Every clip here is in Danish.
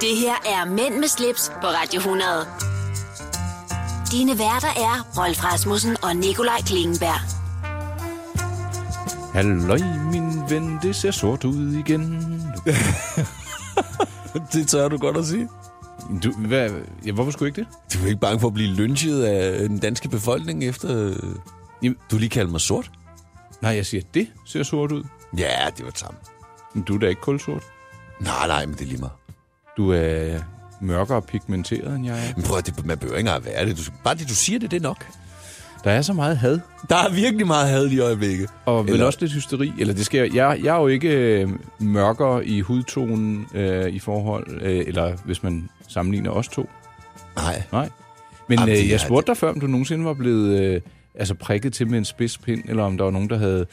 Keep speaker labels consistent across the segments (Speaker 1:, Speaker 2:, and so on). Speaker 1: Det her er Mænd med slips på Radio 100. Dine værter er Rolf Rasmussen og Nikolaj Klingenberg.
Speaker 2: Halløj, min ven, det ser sort ud igen.
Speaker 3: Det tør du godt at sige.
Speaker 2: Du, hvad, ja, hvorfor skulle jeg ikke det?
Speaker 3: Du er ikke bange for at blive lynchet af øh, den danske befolkning efter... øh,
Speaker 2: Jamen-
Speaker 3: Du lige kalder mig sort?
Speaker 2: Nej, jeg siger, det ser sort ud.
Speaker 3: Ja, det var samme.
Speaker 2: Men Du er da ikke kulsort.
Speaker 3: Nej, nej, men det er lige meget.
Speaker 2: Du er mørkere pigmenteret, end jeg er.
Speaker 3: Men prøv at det, man behøver ikke engang at være det. Du, skal- bare det, du siger det, det er nok.
Speaker 2: Der er så meget had,
Speaker 3: Der er virkelig meget had i øjeblikket.
Speaker 2: og vel
Speaker 3: Eller-
Speaker 2: også lidt hysteri. Eller det sker, jeg, jeg er jo ikke øh, mørkere i hudtonen øh, i forhold, øh, eller hvis man sammenligner os to.
Speaker 3: Nej.
Speaker 2: Nej. Men
Speaker 3: Jamen, det
Speaker 2: øh,
Speaker 3: er-
Speaker 2: jeg spurgte dig før, om du nogensinde var blevet øh, altså prikket til med en spidspind, eller om der var nogen, der havde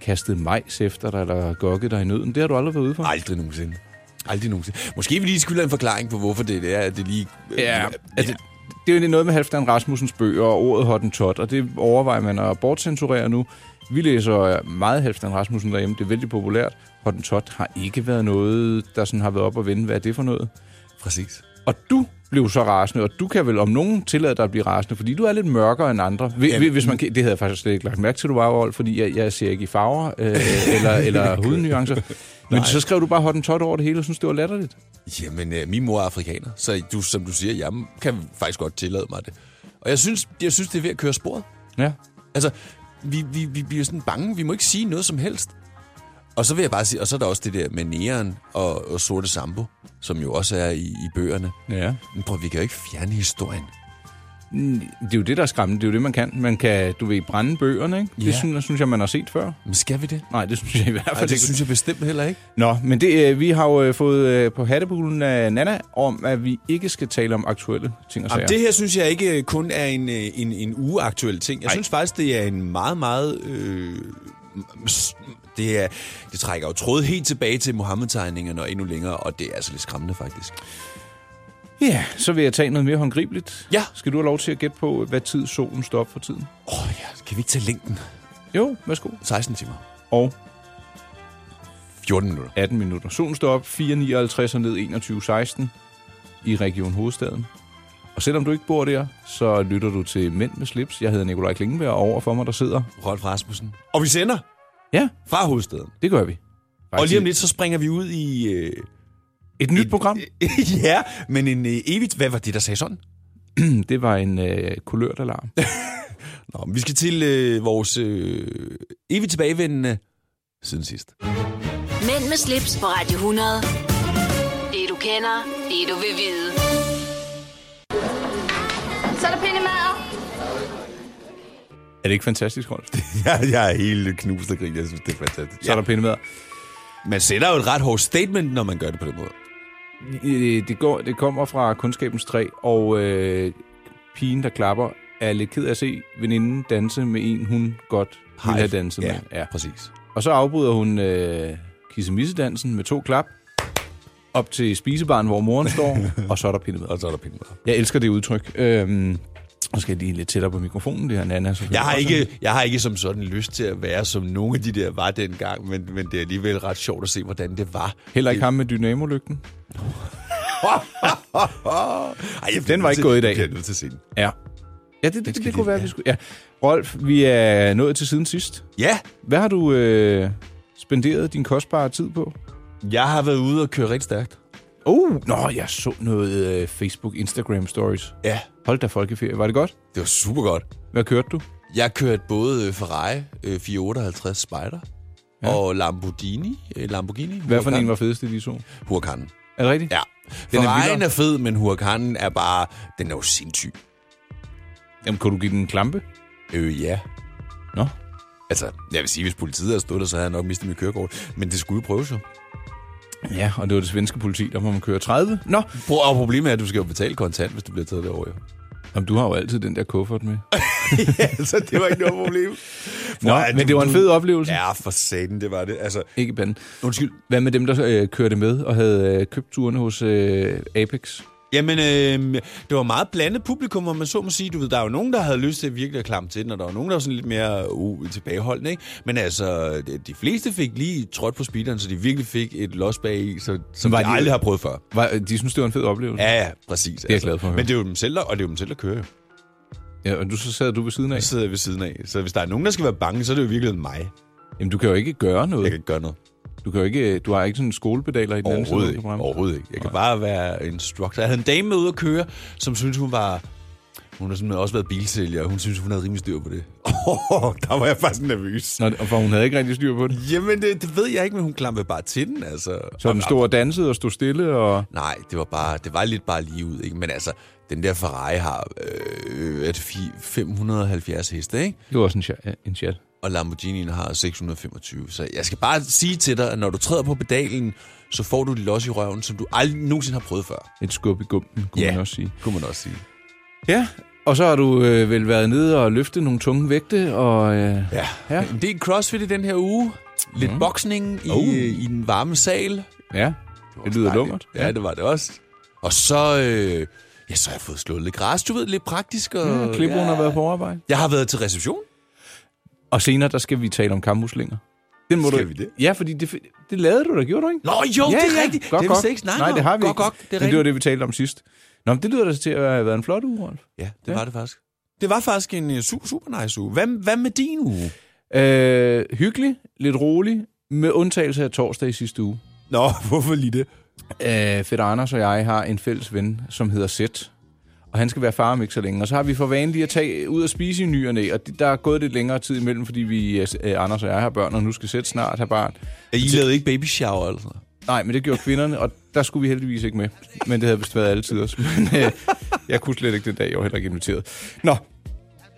Speaker 2: kastet majs efter dig, eller gokket dig i nøden. Det har du aldrig været ude for.
Speaker 3: Aldrig nogensinde. Aldrig nogensinde. Måske vi lige skylder en forklaring på, hvorfor det er, at det lige... Øh,
Speaker 2: Ja, altså, det er jo noget med Halfdan Rasmussens bøger og ordet Hottentot, og det overvejer man at bortcensurere nu. Vi læser meget Halfdan Rasmussen derhjemme, det er vældig populært. Hottentot har ikke været noget, der sådan har været op og vende. Hvad er det for noget?
Speaker 3: Præcis.
Speaker 2: Og du blev så rasende, og du kan vel om nogen tillade dig at blive rasende, fordi du er lidt mørkere end andre. Hvi-
Speaker 3: Jamen.
Speaker 2: Hvis man, kan- det havde jeg faktisk slet ikke lagt mærke til, du var, Rolf, fordi jeg, jeg ser ikke i farver øh, eller, eller hudnuancer. Men så skrev du bare Hottentot over det hele, og synes det var latterligt.
Speaker 3: Jamen, øh, min mor er afrikaner, så du, som du siger, jeg kan faktisk godt tillade mig det. Og jeg synes, jeg synes det er ved at køre sporet.
Speaker 2: Ja.
Speaker 3: Altså, vi, vi, vi bliver sådan bange. Vi må ikke sige noget som helst. Og så vil jeg bare sige, og så er der også det der med næren og, og sorte sambo, som jo også er i, i bøgerne.
Speaker 2: Ja.
Speaker 3: Men prøv, vi kan jo ikke fjerne historien.
Speaker 2: Det er jo det, der er skræmmende. Det er jo det, man kan. Man kan, du ved, brænde bøgerne, ikke?
Speaker 3: Ja.
Speaker 2: Det synes, synes jeg, man har set før.
Speaker 3: Men skal vi det?
Speaker 2: Nej, det synes jeg i hvert fald
Speaker 3: Ej, det
Speaker 2: ikke.
Speaker 3: synes jeg bestemt heller ikke.
Speaker 2: Nå, men det, øh, vi har jo øh, fået øh, på hattebulen af Nana om, at vi ikke skal tale om aktuelle ting og sager.
Speaker 3: Jamen, det her synes jeg ikke øh, kun er en, øh, en, en ugeaktuel ting. Jeg Ej. synes faktisk, det er en meget, meget... Øh, s- det, er, det trækker jo tråd helt tilbage til Mohammed-tegningerne og endnu længere, og det er altså lidt skræmmende faktisk.
Speaker 2: Ja, så vil jeg tage noget mere håndgribeligt.
Speaker 3: Ja.
Speaker 2: Skal du have lov til at gætte på, hvad tid solen står op for tiden?
Speaker 3: Åh oh, ja, kan vi ikke tage længden?
Speaker 2: Jo, værsgo.
Speaker 3: 16 timer.
Speaker 2: Og
Speaker 3: 14 minutter.
Speaker 2: 18 minutter. Solen står op 4.59 og ned 21.16 i Region Hovedstaden. Og selvom du ikke bor der, så lytter du til Mænd med slips. Jeg hedder Nikolaj Klingenberg, og over for mig der sidder...
Speaker 3: Rolf Rasmussen. Og vi sender
Speaker 2: Ja,
Speaker 3: fra hovedstaden.
Speaker 2: det gør vi.
Speaker 3: Og lige om lidt, så springer vi ud i... Øh,
Speaker 2: Et nyt program.
Speaker 3: ja, men en øh, evigt... Hvad var det, der sagde sådan?
Speaker 2: Det var en øh, kulørtalarm.
Speaker 3: Nå, men vi skal til øh, vores øh, evigt tilbagevendende siden sidst.
Speaker 1: Mænd med slips på Radio 100. Det du kender, det du vil vide.
Speaker 4: Så er der pindemad.
Speaker 2: Er det ikke fantastisk, Rolf?
Speaker 3: Jeg, jeg er helt knust og grin. Jeg synes, det er fantastisk.
Speaker 2: Så er der pinde med.
Speaker 3: Man sætter jo et ret hårdt statement, når man gør det på den måde.
Speaker 2: Øh, Det, går, det kommer fra Kundskabens Træ, og øh, pigen, der klapper, er lidt ked af at se veninden danse med en, hun godt ville have danset
Speaker 3: ja,
Speaker 2: med.
Speaker 3: ja, præcis.
Speaker 2: Og så afbryder hun øh, kissemissedansen med to klap op til spisebaren, hvor moren står, og så er der pindet med.
Speaker 3: Og så er der pinde med.
Speaker 2: Jeg elsker det udtryk. Øhm, nu skal jeg lige lidt tættere på mikrofonen, det her Nana. selvfølgelig
Speaker 3: Jeg har,
Speaker 2: også.
Speaker 3: ikke, jeg har ikke som sådan lyst til at være som nogle af de der var dengang, men, men det er alligevel ret sjovt at se, hvordan det var.
Speaker 2: Heller ikke ham med dynamolygten.
Speaker 3: Ej, jeg bliver
Speaker 2: Den var ikke
Speaker 3: nødt til-
Speaker 2: gået i dag.
Speaker 3: Jeg bliver nødt til at se den.
Speaker 2: Ja. Ja, det, det, det,
Speaker 3: skal
Speaker 2: det kunne
Speaker 3: vi-
Speaker 2: være,
Speaker 3: ja.
Speaker 2: vi skulle... Ja. Rolf, vi er nået til siden sidst.
Speaker 3: Ja,
Speaker 2: Hvad har du øh, spenderet din kostbare tid på?
Speaker 3: jeg har været ude og køre rigtig stærkt. Uh.
Speaker 2: Oh, nå, jeg så noget øh, Facebook, Instagram stories.
Speaker 3: Ja,
Speaker 2: Hold da folkeferie. Var det godt?
Speaker 3: det var super godt.
Speaker 2: Hvad kørte du?
Speaker 3: Jeg kørte både øh, Ferrari øh, 458 Spider ja. og Lamborghini. øh, Lamborghini
Speaker 2: Hvad for
Speaker 3: Huracan.
Speaker 2: en var fedest i de så?
Speaker 3: Huracanen.
Speaker 2: Er det rigtigt?
Speaker 3: Ja.
Speaker 2: Den er
Speaker 3: Ferrari'en
Speaker 2: vildere.
Speaker 3: er fed, men Huracanen er bare... Den er jo sindssyg.
Speaker 2: Jamen, kunne du give den en klampe?
Speaker 3: Øh, ja.
Speaker 2: Nå.
Speaker 3: Altså, jeg vil sige, hvis politiet havde stået der, så havde jeg nok mistet mit kørekort. Men det skulle jo prøves jo.
Speaker 2: Ja, og det var det svenske politi, der må man køre 30. Nå,
Speaker 3: Pro- Og problemet er, at du skal jo betale kontant, hvis du bliver taget derovre. jo. Øh,
Speaker 2: Jamen, du har jo altid den der kuffert med.
Speaker 3: altså, det var ikke noget problem.
Speaker 2: Nå,
Speaker 3: Hvor er
Speaker 2: men
Speaker 3: du-
Speaker 2: det var en
Speaker 3: du-
Speaker 2: fed oplevelse.
Speaker 3: Ja, for satan, det var det. Altså,
Speaker 2: Ikke i panden.
Speaker 3: undskyld.
Speaker 2: Hvad med dem, der øh, kørte med og havde øh, købt turene hos øh, Apex?
Speaker 3: Jamen, øh, det var meget blandet publikum, om man så må sige. Du ved, der er jo nogen, der havde lyst til at virkelig at klamme til den, og der var nogen, der var sådan lidt mere uh, tilbageholdende, ikke? Men altså, de- de fleste fik lige trådt på speederen, så de virkelig fik et los bag i, så, som
Speaker 2: Var
Speaker 3: de
Speaker 2: de-
Speaker 3: aldrig har prøvet før.
Speaker 2: Var, de synes, det var en fed oplevelse.
Speaker 3: Ja, ja, præcis. Det
Speaker 2: jeg glad for at høre.
Speaker 3: Men det er jo dem selv, der, og det er jo dem selv, der kører. jo.
Speaker 2: ja og du, så sad du ved siden af.
Speaker 3: Jeg sidder ved siden af. Så hvis der er nogen, der skal være bange, så er det jo virkelig mig.
Speaker 2: Jamen, du kan jo ikke gøre
Speaker 3: Jeg
Speaker 2: noget.
Speaker 3: kan ikke gøre noget.
Speaker 2: Du, kan jo ikke, øh, du har ikke sådan en skolepedaler i den anden side.
Speaker 3: Overhovedet
Speaker 2: du kan
Speaker 3: ikke.
Speaker 2: bremse.
Speaker 3: Overhovedet ikke. Jeg kan bare være instructor. Jeg havde en dame med ude at køre, som syntes, hun var... Hun har simpelthen også været bilsælger, og hun synes, hun havde rimelig styr på det. Oh, der var jeg faktisk nervøs.
Speaker 2: Nå, og for hun havde ikke rigtig styr på det.
Speaker 3: Jamen, det, det ved jeg ikke, men hun klampede bare til den, altså.
Speaker 2: Så den stod og dansede og stod stille, og
Speaker 3: Nej, det var bare, det var lidt bare lige ud, ikke? Men altså, den der Ferrari har øh, er det fi- 570 heste, ikke?
Speaker 2: det var også en, cha- en chat.
Speaker 3: Og Lamborghinien har 625. Så jeg skal bare sige til dig, at når du træder på pedalen, så får du et los i røven, som du aldrig nogensinde har prøvet før.
Speaker 2: Et skub i gumpen, kunne man også sige.
Speaker 3: kunne man også sige.
Speaker 2: Ja, og så har du øh, vel været nede og løftet nogle tunge vægte, og øh,
Speaker 3: Ja.
Speaker 2: Ja.
Speaker 3: En del crossfit i den her uge. Lidt mm. boksning i,
Speaker 2: Oh.
Speaker 3: øh, i den varme sal. Det,
Speaker 2: ja, det
Speaker 3: var også
Speaker 2: lyder
Speaker 3: dejligt.
Speaker 2: lummert.
Speaker 3: Ja, det var det også. Og så, øh, ja, så har jeg fået slået lidt græs, du ved, lidt praktisk. Og,
Speaker 2: Ja, Klipbrun har været på arbejde.
Speaker 3: Jeg har været til reception.
Speaker 2: Og senere, der skal vi tale om kammuslinger. Den må
Speaker 3: Skal
Speaker 2: du...
Speaker 3: vi det?
Speaker 2: Ja, fordi det, det lavede du da, gjorde du ikke?
Speaker 3: Nå jo, ja, det er ja. rigtigt.
Speaker 2: Godt,
Speaker 3: det har vi
Speaker 2: godt.
Speaker 3: slet ikke snakket
Speaker 2: Nej, det har vi
Speaker 3: om.
Speaker 2: ikke.
Speaker 3: Godt, godt, det er
Speaker 2: Men det var
Speaker 3: rigtigt.
Speaker 2: det, vi talte om sidst. Nå, men det lyder da til at have været en flot uge, Rolf.
Speaker 3: Ja, det var det faktisk. Det var faktisk en øh, super, super nice uge. Hvad, hvad med din uge?
Speaker 2: Øh, hyggelig, lidt rolig, med undtagelse af torsdag i sidste uge.
Speaker 3: Nå, hvorfor lige det?
Speaker 2: Øh, Fætter Anders og jeg har en fælles ven, som hedder Sæt. Og han skal være far om ikke så længe. Og så har vi for vane lige at tage ud og spise i ny og næ, Og det- der er gået lidt længere tid imellem, fordi vi, øh, Anders og jeg har børn, og nu skal Sæt snart have barn.
Speaker 3: I lavede ikke baby shower, altså?
Speaker 2: Nej, men det gjorde kvinderne, og der skulle vi heldigvis ikke med. Men det havde vist været altid også. Men øh, jeg kunne slet ikke den dag, jeg var heller ikke inviteret. Nå,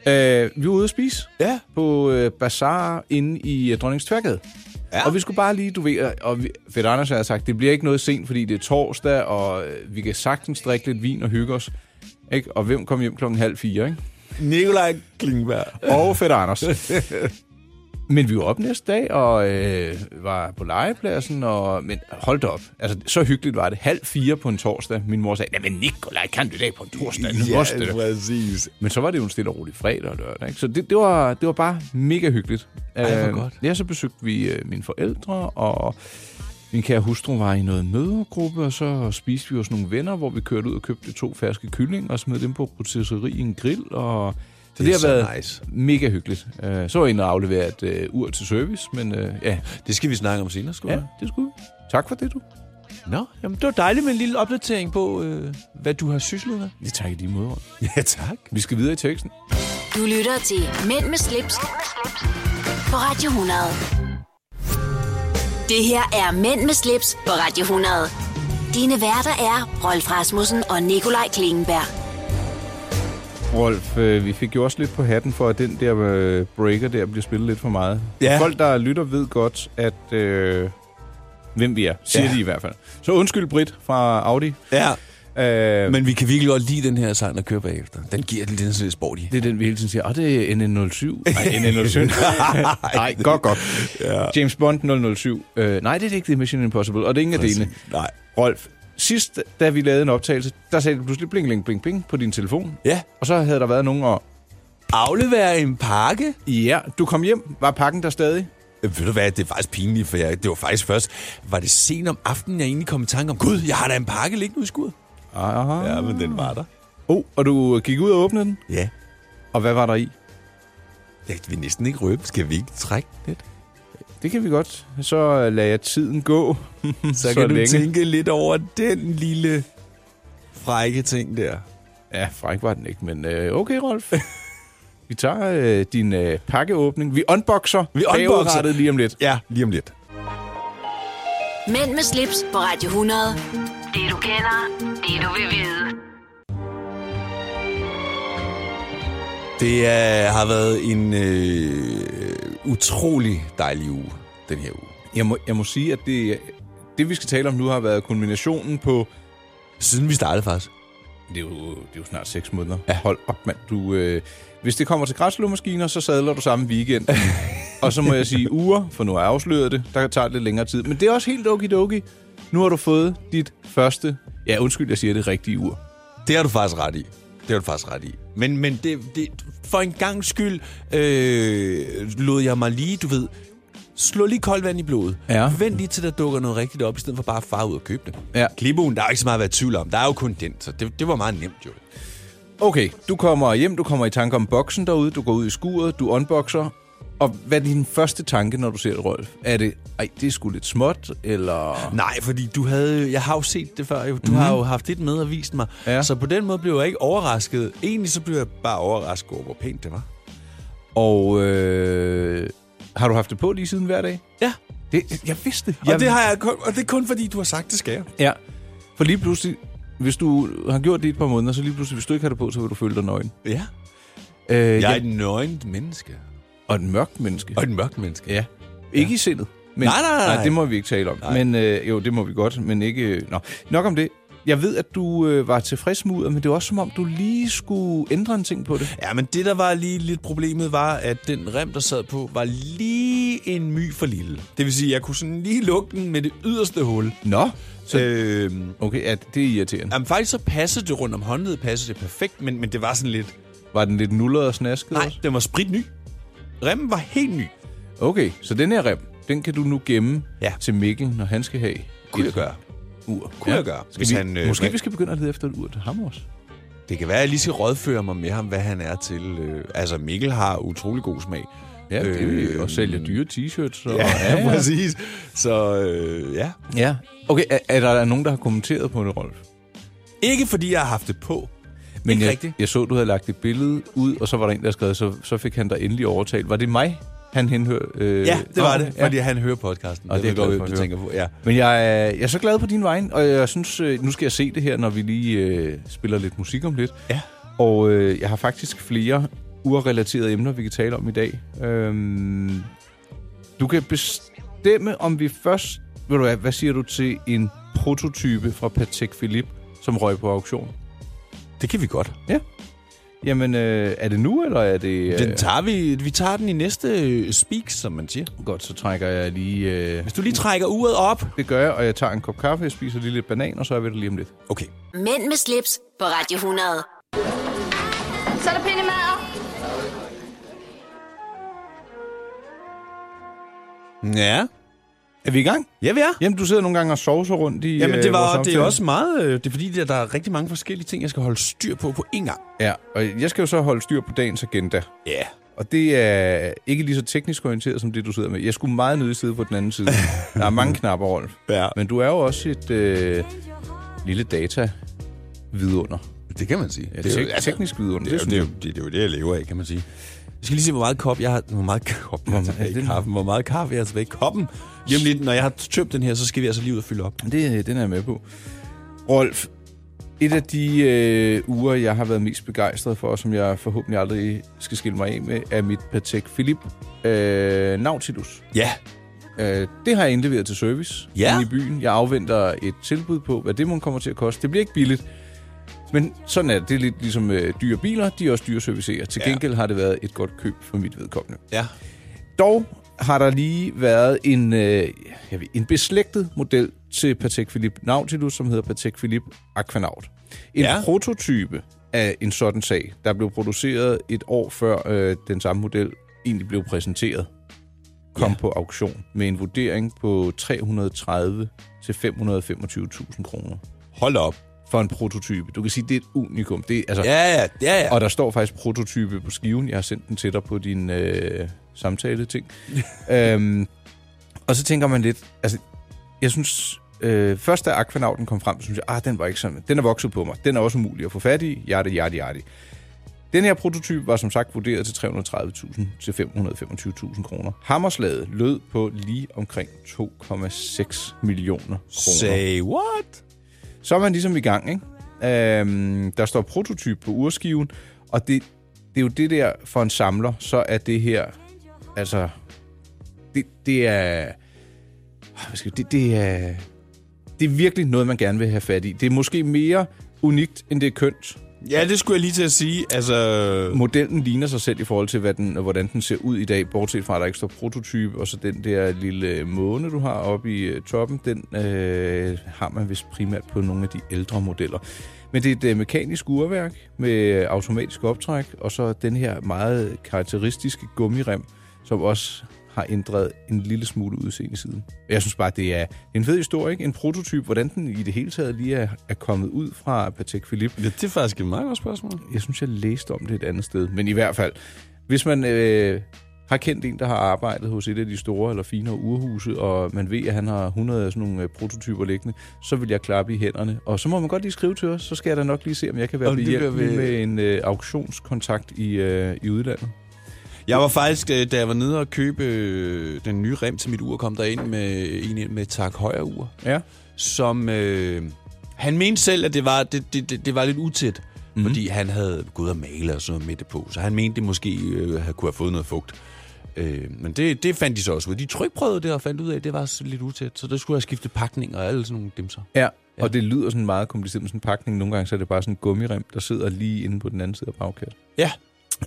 Speaker 2: øh, vi var ude at spise
Speaker 3: Ja.
Speaker 2: på øh, Bazaar inde i øh, Dronningens Tværgade.
Speaker 3: Ja.
Speaker 2: Ja. Og vi skulle bare lige, du ved, og- og vi- Fedt Anders har sagt, det bliver ikke noget sent, fordi det er torsdag, og øh, vi kan sagtens drikke lidt vin og hygge os. Ikke? Og hvem kom hjem klokken halv fire, ikke?
Speaker 3: Nikolaj Klingberg.
Speaker 2: Og Fedt Anders. men vi var op næste dag, og øh, var på legepladsen, og, men hold da op. Altså, så hyggeligt var det. Halv fire på en torsdag. Min mor sagde, men Nikolaj, kan du i dag på en torsdag? Nu ja, det.
Speaker 3: præcis.
Speaker 2: Men så var det jo en stille og rolig fredag og lørdag. Ikke? Så det, det, var, det var bare mega hyggeligt.
Speaker 3: hvor
Speaker 2: Øh,
Speaker 3: godt.
Speaker 2: Ja, så besøgte vi øh, mine forældre, og min kære hustru var i noget mødergruppe, og så spiste vi hos nogle venner, hvor vi kørte ud og købte to ferske kyllinger og smed dem på rotisserie i en grill. Og så
Speaker 3: Det er
Speaker 2: det,
Speaker 3: så
Speaker 2: har været
Speaker 3: nice.
Speaker 2: mega hyggeligt. Øh, så var jeg inde og aflevere et øh, ur til service, men øh, ja,
Speaker 3: Det skal vi snakke om senere, skulle
Speaker 2: ja, det skulle vi. Tak for det, du.
Speaker 3: Nå, jamen, det var dejligt med en lille opdatering på, øh, hvad du har syslet med.
Speaker 2: Det takker de måde.
Speaker 3: Ja, tak.
Speaker 2: Vi skal videre i teksten.
Speaker 1: Du lytter til Mænd med slips, på Radio 100. Det her er Mænd med slips på Radio 100. Dine værter er Rolf Rasmussen og Nikolaj Klingenberg.
Speaker 2: Rolf, øh, vi fik jo også lidt på hatten for, at den der øh, breaker der bliver spillet lidt for meget.
Speaker 3: Ja.
Speaker 2: Folk, der lytter, ved godt, at øh, hvem vi er, siger
Speaker 3: Ja.
Speaker 2: de i hvert fald. Så undskyld, Britt fra Audi. Øh,
Speaker 3: Ja,
Speaker 2: Men
Speaker 3: men vi kan virkelig godt lide den her sang, der kører bagefter. Den giver den lidt sådan lidt sporty.
Speaker 2: det er den, vi hele tiden siger, åh, det er NN07. Nej, NN07. Nej, godt, godt. Ja. James Bond 007. Øh, nej, det er ikke det Mission Impossible, og det er ingen af delene.
Speaker 3: Nej.
Speaker 2: Rolf, sidst, da vi lavede en optagelse, der sagde det pludselig bling, bling, bling, bling på din telefon.
Speaker 3: Ja,
Speaker 2: Og så havde der været nogen, og
Speaker 3: aflevere en pakke.
Speaker 2: ja, du kom hjem, var pakken der stadig?
Speaker 3: Øh, Ved du hvad, det er faktisk pinligt, for jeg, det var faktisk først, var det sent om aftenen, jeg egentlig kom i tanke om, gud, jeg har da en pakke liggende i skuret.
Speaker 2: Aha.
Speaker 3: Ja, men den var der.
Speaker 2: Oh, og du gik ud og åbnede den,
Speaker 3: Ja.
Speaker 2: og hvad var der i?
Speaker 3: Jeg vil næsten ikke røbe. Skal vi ikke trække lidt?
Speaker 2: Det kan vi godt. Så øh, lader jeg tiden gå.
Speaker 3: Så, kan du tænke lidt over den lille frække ting der.
Speaker 2: Ja, fræk var den ikke, men øh, okay, Rolf. vi tager øh, din øh, pakkeåbning. Vi unboxer
Speaker 3: Vi unboxer.
Speaker 2: bagudrettet lige om lidt.
Speaker 3: Ja, lige om lidt.
Speaker 1: Mænd med slips på Radio 100. Det du kender, det du vil vide.
Speaker 3: Det er, har været en øh, utrolig dejlig uge, den her uge.
Speaker 2: Jeg må, jeg må sige, at det, det, vi skal tale om nu, har været kulminationen på...
Speaker 3: Siden vi startede faktisk.
Speaker 2: Det er jo, det er jo snart seks måneder. Ja. Hold op, mand. Du, øh, hvis det kommer til græsslåmaskiner, så sadler du samme weekend. og så må jeg sige uger, for nu har jeg afsløret det. Der tager det lidt længere tid. Men det er også helt okidoki. Nu har du fået dit første, ja undskyld, jeg siger det rigtige ur.
Speaker 3: Det har du faktisk ret i. Det har du faktisk ret i. Men, men det, det, for en gang skyld øh, lod jeg mig lige, du ved, slå lige koldt vand i blodet.
Speaker 2: Ja.
Speaker 3: Vent lige til, der dukker noget rigtigt op, i stedet for bare at far ud og købe det.
Speaker 2: Ja.
Speaker 3: Kliboen, der er jo ikke så meget at være i tvivl om. Der er jo kun den, så det, det var meget nemt jo.
Speaker 2: Okay, du kommer hjem, du kommer i tanke om boksen derude, du går ud i skuret, du unboxer. Og hvad er din første tanke, når du ser det, Rolf? Er det, ej, det er sgu lidt småt, eller...
Speaker 3: Nej, fordi du havde, jeg har jo set det før, jo. du mm-hmm. har jo haft det med og vist mig.
Speaker 2: Ja.
Speaker 3: Så på den måde blev jeg ikke overrasket. Egentlig så blev jeg bare overrasket over, hvor pænt det var.
Speaker 2: Og øh, har du haft det på lige siden hver dag?
Speaker 3: Ja,
Speaker 2: Det, jeg vidste
Speaker 3: og, det har jeg kun, og det er kun fordi, du har sagt, det skal jeg.
Speaker 2: Ja, for lige pludselig, hvis du har gjort det i et par måneder, så lige pludselig, hvis du ikke har det på, så vil du føle dig nøgen.
Speaker 3: Ja.
Speaker 2: Øh,
Speaker 3: Jeg er
Speaker 2: ja.
Speaker 3: et nøgent menneske.
Speaker 2: Og et mørkt menneske.
Speaker 3: Og et mørkt menneske.
Speaker 2: Ja. Ikke i sindet. Men,
Speaker 3: Nej, nej, nej.
Speaker 2: nej. det må vi ikke tale om.
Speaker 3: Nej.
Speaker 2: Men øh, jo, det må vi godt, men ikke... Øh, nå. Nok om det. Jeg ved, at du øh, var tilfreds med uret, men det var også som om, du lige skulle ændre en ting på det.
Speaker 3: Ja, men det, der var lige lidt problemet, var, at den rem, der sad på, var lige en my for lille. Det vil sige, jeg kunne sådan lige lukke den med det yderste hul.
Speaker 2: Nå.
Speaker 3: Så,
Speaker 2: Så,
Speaker 3: øhm,
Speaker 2: okay, ja, det er irriterende.
Speaker 3: jamen, faktisk så passede det rundt om håndledet, passede det perfekt, men, men det var sådan lidt...
Speaker 2: Var den lidt nullet og snasket
Speaker 3: Nej,
Speaker 2: også?
Speaker 3: den var spritny. Remmen var helt ny.
Speaker 2: Okay, så den her rem, den kan du nu gemme
Speaker 3: Ja.
Speaker 2: til Mikkel, når han skal have
Speaker 3: Kunne jeg
Speaker 2: et
Speaker 3: gøre.
Speaker 2: ur.
Speaker 3: Kunne jeg gøre.
Speaker 2: Skal
Speaker 3: Hvis
Speaker 2: vi,
Speaker 3: han, øh,
Speaker 2: måske
Speaker 3: hvad-
Speaker 2: vi skal begynde at lede efter et ur til ham også.
Speaker 3: Det kan være, at jeg lige skal rådføre mig med ham, hvad han er til. Øh, altså, Mikkel har utrolig god smag.
Speaker 2: Ja, øh, det er jo, og sælger dyre t-shirts. Og,
Speaker 3: Ja, ja, præcis. Så øh, ja.
Speaker 2: ja. Okay, er, er der nogen, der har kommenteret på det, Rolf?
Speaker 3: Ikke fordi jeg har haft det på.
Speaker 2: Men
Speaker 3: Ikke
Speaker 2: jeg,
Speaker 3: rigtigt.
Speaker 2: jeg så, du havde lagt et billede ud, og så var der en, der havde skrevet, så, så fik han der endelig overtalt. Var det mig, han henhørte? Øh,
Speaker 3: Ja, det
Speaker 2: nå,
Speaker 3: var det,
Speaker 2: ja.
Speaker 3: fordi han hører podcasten.
Speaker 2: Og det er
Speaker 3: ved
Speaker 2: jeg glad
Speaker 3: godt,
Speaker 2: for at
Speaker 3: du
Speaker 2: høre.
Speaker 3: tænker på. Ja.
Speaker 2: Men jeg, er- jeg er så glad på din vej, og jeg synes, øh, nu skal jeg se det her, når vi lige øh, spiller lidt musik om lidt.
Speaker 3: Ja.
Speaker 2: Og øh, jeg har faktisk flere urrelaterede emner, vi kan tale om i dag. Øhm, du kan bestemme, om vi først... Ved du hvad, hvad siger du til en prototype fra Patek Philippe, som røg på auktion?
Speaker 3: Det kan vi godt.
Speaker 2: Jamen, øh, er det nu, eller er det... Øh,
Speaker 3: Den tager vi, vi tager den i næste øh, speak, som man siger.
Speaker 2: Godt, så trækker jeg lige... Øh,
Speaker 3: Hvis du lige trækker uret op.
Speaker 2: det gør jeg, og jeg tager en kop kaffe, jeg spiser lige lidt banan, og så er vi der lige om lidt.
Speaker 3: Okay.
Speaker 1: Mænd med slips på Radio 100.
Speaker 4: Så er der pille mader.
Speaker 3: Ja.
Speaker 2: Er vi i gang?
Speaker 3: Ja, vi er.
Speaker 2: Jamen, du sidder nogle gange og sovser rundt i
Speaker 3: Jamen, det,
Speaker 2: øh, vores
Speaker 3: var, det er
Speaker 2: samtale.
Speaker 3: også meget... øh, Det er fordi, der, der er rigtig mange forskellige ting, jeg skal holde styr på på én gang.
Speaker 2: Ja, og jeg skal jo så holde styr på dagens agenda.
Speaker 3: Ja.
Speaker 2: Og det er ikke lige så teknisk orienteret som det, du sidder med. Jeg skulle meget nødig sidde på den anden side. Der er mange knapper, Rolf.
Speaker 3: Ja.
Speaker 2: Men du er jo også et øh, lille data vidunder.
Speaker 3: Det kan man sige.
Speaker 2: Ja, det er jo, teknisk vidunder.
Speaker 3: Det er, jo, det, er jo, det, er jo det, jeg lever af, kan man sige. Jeg skal lige se, hvor meget kop jeg har, hvor meget kop jeg har
Speaker 2: meget-
Speaker 3: tilbage
Speaker 2: er
Speaker 3: i
Speaker 2: det-
Speaker 3: kaffen. Hvor meget kaffe jeg har tilbage i koppen. Lige om lidt, når jeg har tømt den her, så skal vi altså lige ud og fylde op.
Speaker 2: Det, øh, den er jeg med på. Rolf, et af de øh, uger, jeg har været mest begejstret for, og som jeg forhåbentlig aldrig skal skille mig af med, er mit Patek Philippe øh, Nautilus.
Speaker 3: Ja.
Speaker 2: Øh, det har jeg indleveret til service
Speaker 3: Ja.
Speaker 2: inde i byen. Jeg afventer et tilbud på, hvad det må kommer til at koste. Det bliver ikke billigt, men sådan er det. Det er lidt ligesom øh, dyre biler, de er også dyre servicerer. Til
Speaker 3: Ja.
Speaker 2: gengæld har det været et godt køb for mit vedkommende.
Speaker 3: Ja.
Speaker 2: Dog har der lige været en, øh, jeg ved, en beslægtet model til Patek Philippe Nautilus, som hedder Patek Philippe Aquanaut. En
Speaker 3: Ja.
Speaker 2: ja. prototype af en sådan sag, der blev produceret et år før øh, den samme model egentlig blev præsenteret, kom
Speaker 3: Ja.
Speaker 2: ja. på auktion med en vurdering på 330 til 525.000 kroner
Speaker 3: Hold op.
Speaker 2: for en prototype. Du kan sige, det er et unikum. Det er, altså,
Speaker 3: Ja, ja, ja. ja.
Speaker 2: og der står faktisk prototype på skiven. Jeg har sendt den til dig på din øh, samtale-ting. øhm, og så tænker man lidt... Altså, jeg synes... Øh, først da Aquanauten kom frem, så synes jeg, ah, den var ikke sådan. Den er vokset på mig. Den er også umulig at få fat i. Yada, yada, yada. Den her prototype var som sagt vurderet til 330.000 til 525.000 kroner. Hammerslaget lød på lige omkring 2,6 millioner kroner.
Speaker 3: Say what?
Speaker 2: Så er man ligesom i gang, ikke? Øhm, der står prototyp på urskiven, og det, det er jo det der for en samler, så er det her, altså, det, det er, ah, hvad skal jeg- det, det er, det er virkelig noget, man gerne vil have fat i. Det er måske mere unikt, end det er kønt,
Speaker 3: Ja, det skulle jeg lige til at sige. Altså,
Speaker 2: Øh, Modellen ligner sig selv i forhold til, hvad den, hvordan den ser ud i dag, bortset fra, at der ikke står prototype, og så den der lille måne, du har oppe i øh, toppen, den øh, har man vist primært på nogle af de ældre modeller. Men det er et øh, mekanisk urværk med automatisk optræk, og så den her meget karakteristiske gummirem, som også har ændret en lille smule udseende siden. Jeg synes bare, det er en fed historie, ikke? en prototype, hvordan den i det hele taget lige er, er kommet ud fra Patek Philippe.
Speaker 3: ja, det er faktisk et meget godt spørgsmål.
Speaker 2: Jeg synes, jeg læste om det et andet sted. Men i hvert fald, hvis man øh, har kendt en, der har arbejdet hos et af de store eller finere urhuse, og man ved, at han har 100 af sådan nogle øh, prototyper liggende, så vil jeg klappe i hænderne. Og så må man godt lige skrive til os, så skal jeg da nok lige se, om jeg kan være
Speaker 3: Om det
Speaker 2: behjælpelig
Speaker 3: bliver ved-
Speaker 2: med en øh, auktionskontakt i, øh, i udlandet.
Speaker 3: Jeg var faktisk, øh, da jeg var nede og købe øh, den nye rem til mit ur, kom der ind med en ind med tak højre ur,
Speaker 2: Ja.
Speaker 3: som øh, han mente selv, at det var, det, det, det, det var lidt utæt,
Speaker 2: Mhm.
Speaker 3: mm. fordi han havde gået og malet og sådan noget midt det på, så han mente, det måske øh, havde kunne have fået noget fugt. Øh, men det, det fandt de så også ud af. De trykprøvede det og fandt ud af, at det var så lidt utæt, så der skulle jeg skifte pakning og alle sådan nogle dimser.
Speaker 2: Ja, og det lyder sådan meget kompliceret med sådan en pakning. Nogle gange så er det bare sådan en gummirem, der sidder lige inde på den anden side af bagkastet.
Speaker 3: Ja,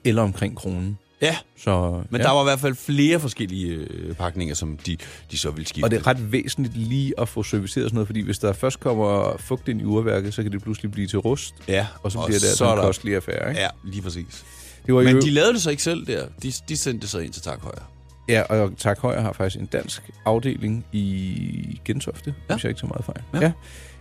Speaker 2: Eller omkring kronen.
Speaker 3: ja.
Speaker 2: Så,
Speaker 3: Men
Speaker 2: ja.
Speaker 3: ja. der var i hvert fald flere forskellige øh, pakninger, som de, de så ville skifte.
Speaker 2: Og det er ret væsentligt lige at få serviceret sådan noget, fordi hvis der først kommer fugt ind i urværket, så kan det pludselig blive til rust,
Speaker 3: Ja,
Speaker 2: og så
Speaker 3: og
Speaker 2: bliver det
Speaker 3: så
Speaker 2: altså
Speaker 3: er
Speaker 2: en
Speaker 3: der-
Speaker 2: kostelig affære. Ikke?
Speaker 3: Ja, lige præcis.
Speaker 2: Det var
Speaker 3: Men
Speaker 2: jo,
Speaker 3: de lavede det så ikke selv der. De, de sendte det så ind til Tak Højer.
Speaker 2: ja, og Tak Højer har faktisk en dansk afdeling i Gentofte, ja. hvis jeg ikke tager meget fejl. Ja. ja.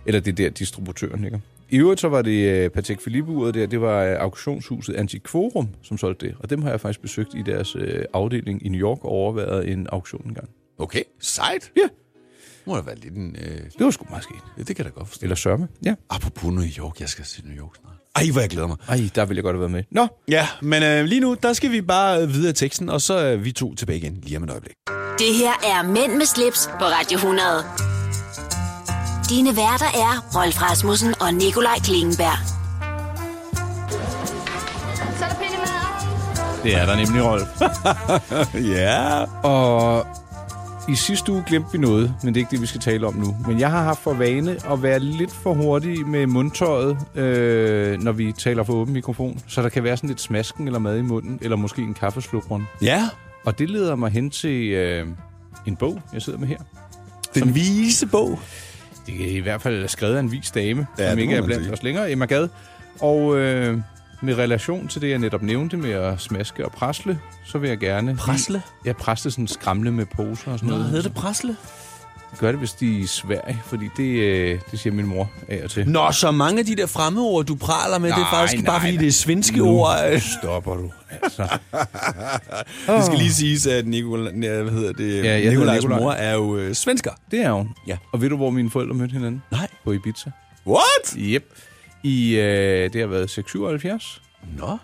Speaker 2: Eller det er der, distributøren ligger. I øvrigt så var det uh, Patek Philippe-uret der, det var uh, auktionshuset Antiquorum, som solgte det. Og dem har jeg faktisk besøgt i deres uh, afdeling i New York og overværet en auktion engang.
Speaker 3: Okay, sejt.
Speaker 2: Ja,
Speaker 3: Det må da være lidt en... Øh,
Speaker 2: det var sgu meget skægt.
Speaker 3: ja, det kan jeg da godt forstå.
Speaker 2: Eller Sørme, ja.
Speaker 3: Apropos New York, jeg skal til New York snart. Ej, hvor jeg glæder mig.
Speaker 2: Ej, der ville jeg godt have været med. Nå,
Speaker 3: Ja, men øh, lige nu, der skal vi bare øh, videre i teksten, og så er vi to tilbage igen lige om et øjeblik.
Speaker 1: Det her er Mænd med slips på Radio 100. Dine værter er Rolf Rasmussen og Nikolaj Klingenberg.
Speaker 4: Så er der pillemad.
Speaker 2: det er der nemlig, Rolf.
Speaker 3: ja.
Speaker 2: Og i sidste uge glemte vi noget, men det er ikke det, vi skal tale om nu. Men jeg har haft for vane at være lidt for hurtig med mundtøjet, øh, når vi taler for åben mikrofon. Så der kan være sådan lidt smasken eller mad i munden, eller måske en kaffeslubron.
Speaker 3: Ja.
Speaker 2: Og det leder mig hen til øh, en bog, jeg sidder med her.
Speaker 3: Den vise bog.
Speaker 2: Det er i hvert fald skrevet af en vis dame,
Speaker 3: Ja,
Speaker 2: ja, som
Speaker 3: det
Speaker 2: ikke
Speaker 3: må
Speaker 2: er
Speaker 3: man
Speaker 2: blandt
Speaker 3: sige.
Speaker 2: os længere, Emma Gad. Og øh, med relation til det, jeg netop nævnte med at smaske og prasle, så vil jeg gerne...
Speaker 3: Prasle?
Speaker 2: Ja, prasle sådan skramle med poser og sådan
Speaker 3: Nå,
Speaker 2: noget.
Speaker 3: hedder det Prasle?
Speaker 2: gør det, hvis de er i Sverige, fordi det, øh, det siger min mor af og til.
Speaker 3: Nå, så mange af de der fremmedord, du praler med, nej, det er
Speaker 2: Nej,
Speaker 3: faktisk nej,
Speaker 2: nej,
Speaker 3: bare, fordi
Speaker 2: nej.
Speaker 3: det er svenske
Speaker 2: Nu
Speaker 3: ord. øh.
Speaker 2: stopper du. Altså.
Speaker 3: Det skal lige siges, at Nicolaj, hvad hedder det,
Speaker 2: Ja, jeg hedder
Speaker 3: Nicolajs
Speaker 2: Nicolaj.
Speaker 3: mor er jo øh, svensker.
Speaker 2: Det er hun.
Speaker 3: Ja.
Speaker 2: Og ved du, hvor mine forældre mødte hinanden?
Speaker 3: Nej.
Speaker 2: På Ibiza.
Speaker 3: What?
Speaker 2: Yep. I, øh, det har været 677.
Speaker 3: Nå.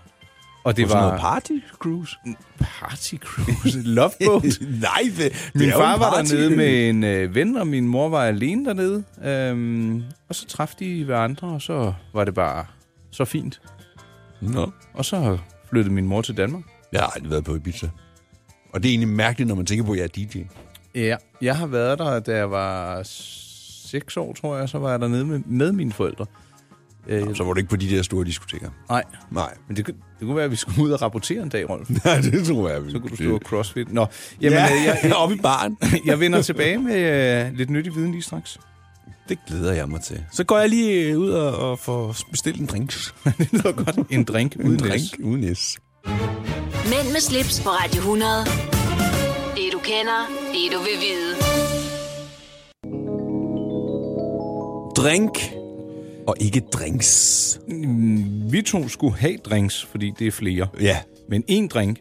Speaker 2: Og det
Speaker 3: Det var
Speaker 2: var...
Speaker 3: noget party cruise.
Speaker 2: party cruise. Love boat.
Speaker 3: Nej, det, det
Speaker 2: Min
Speaker 3: er jo
Speaker 2: far
Speaker 3: en
Speaker 2: var
Speaker 3: party.
Speaker 2: dernede med en øh, ven, og min mor var alene dernede. Øhm, og så træffede de hverandre, og så var det bare så fint.
Speaker 3: Nå.
Speaker 2: Og så flyttede min mor til Danmark.
Speaker 3: Jeg har aldrig været på Ibiza. Og det er egentlig mærkeligt, når man tænker på, at jeg er DJ.
Speaker 2: Ja, jeg har været der, da jeg var 6 år, tror jeg, så var jeg dernede med, med mine forældre. Øh,
Speaker 3: Så var det ikke på de der store diskoteker.
Speaker 2: nej,
Speaker 3: Nej.
Speaker 2: men det, kunne- det kunne være, at vi skulle ud og rapportere en dag, Rolf.
Speaker 3: Nej, det tror jeg.
Speaker 2: Så kunne du stå og crossfit. Nå,
Speaker 3: Jamen,
Speaker 2: jamen,
Speaker 3: ja,
Speaker 2: øh, jeg,
Speaker 3: jeg, oppe i baren.
Speaker 2: jeg vender tilbage med øh, lidt nyttig viden lige straks.
Speaker 3: Det glæder jeg mig til. Så går jeg lige øh, ud og, og får bestilt en drinks.
Speaker 2: det lyder godt. En drink uden drink.
Speaker 3: uden is.
Speaker 1: Mænd med slips på Radio 100. Det du kender, det du vil vide.
Speaker 3: Drink og ikke drinks.
Speaker 2: Vi to skulle have drinks, fordi det er flere.
Speaker 3: Ja.
Speaker 2: Men en drink,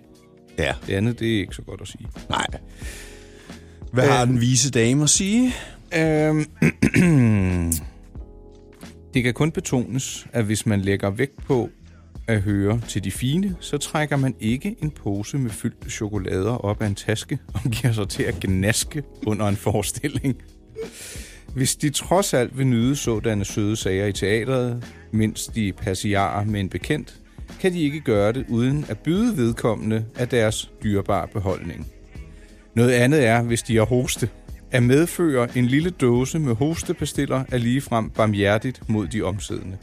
Speaker 3: Ja.
Speaker 2: det andet, det er ikke så godt at sige.
Speaker 3: Nej. Hvad øh. har den vise dame at sige?
Speaker 2: Øhm, det kan kun betones, at hvis man lægger vægt på at høre til de fine, så trækker man ikke en pose med fyldte chokolader op af en taske og giver sig til at gnaske under en forestilling. Hvis de trods alt vil nyde sådanne søde sager i teatret, mens de passiarer med en bekendt, kan de ikke gøre det uden at byde vedkommende af deres dyrebare beholdning. Noget andet er, hvis de har hoste. At medføre en lille dåse med hostepastiller er ligefrem barmhjertigt mod de omsiddende.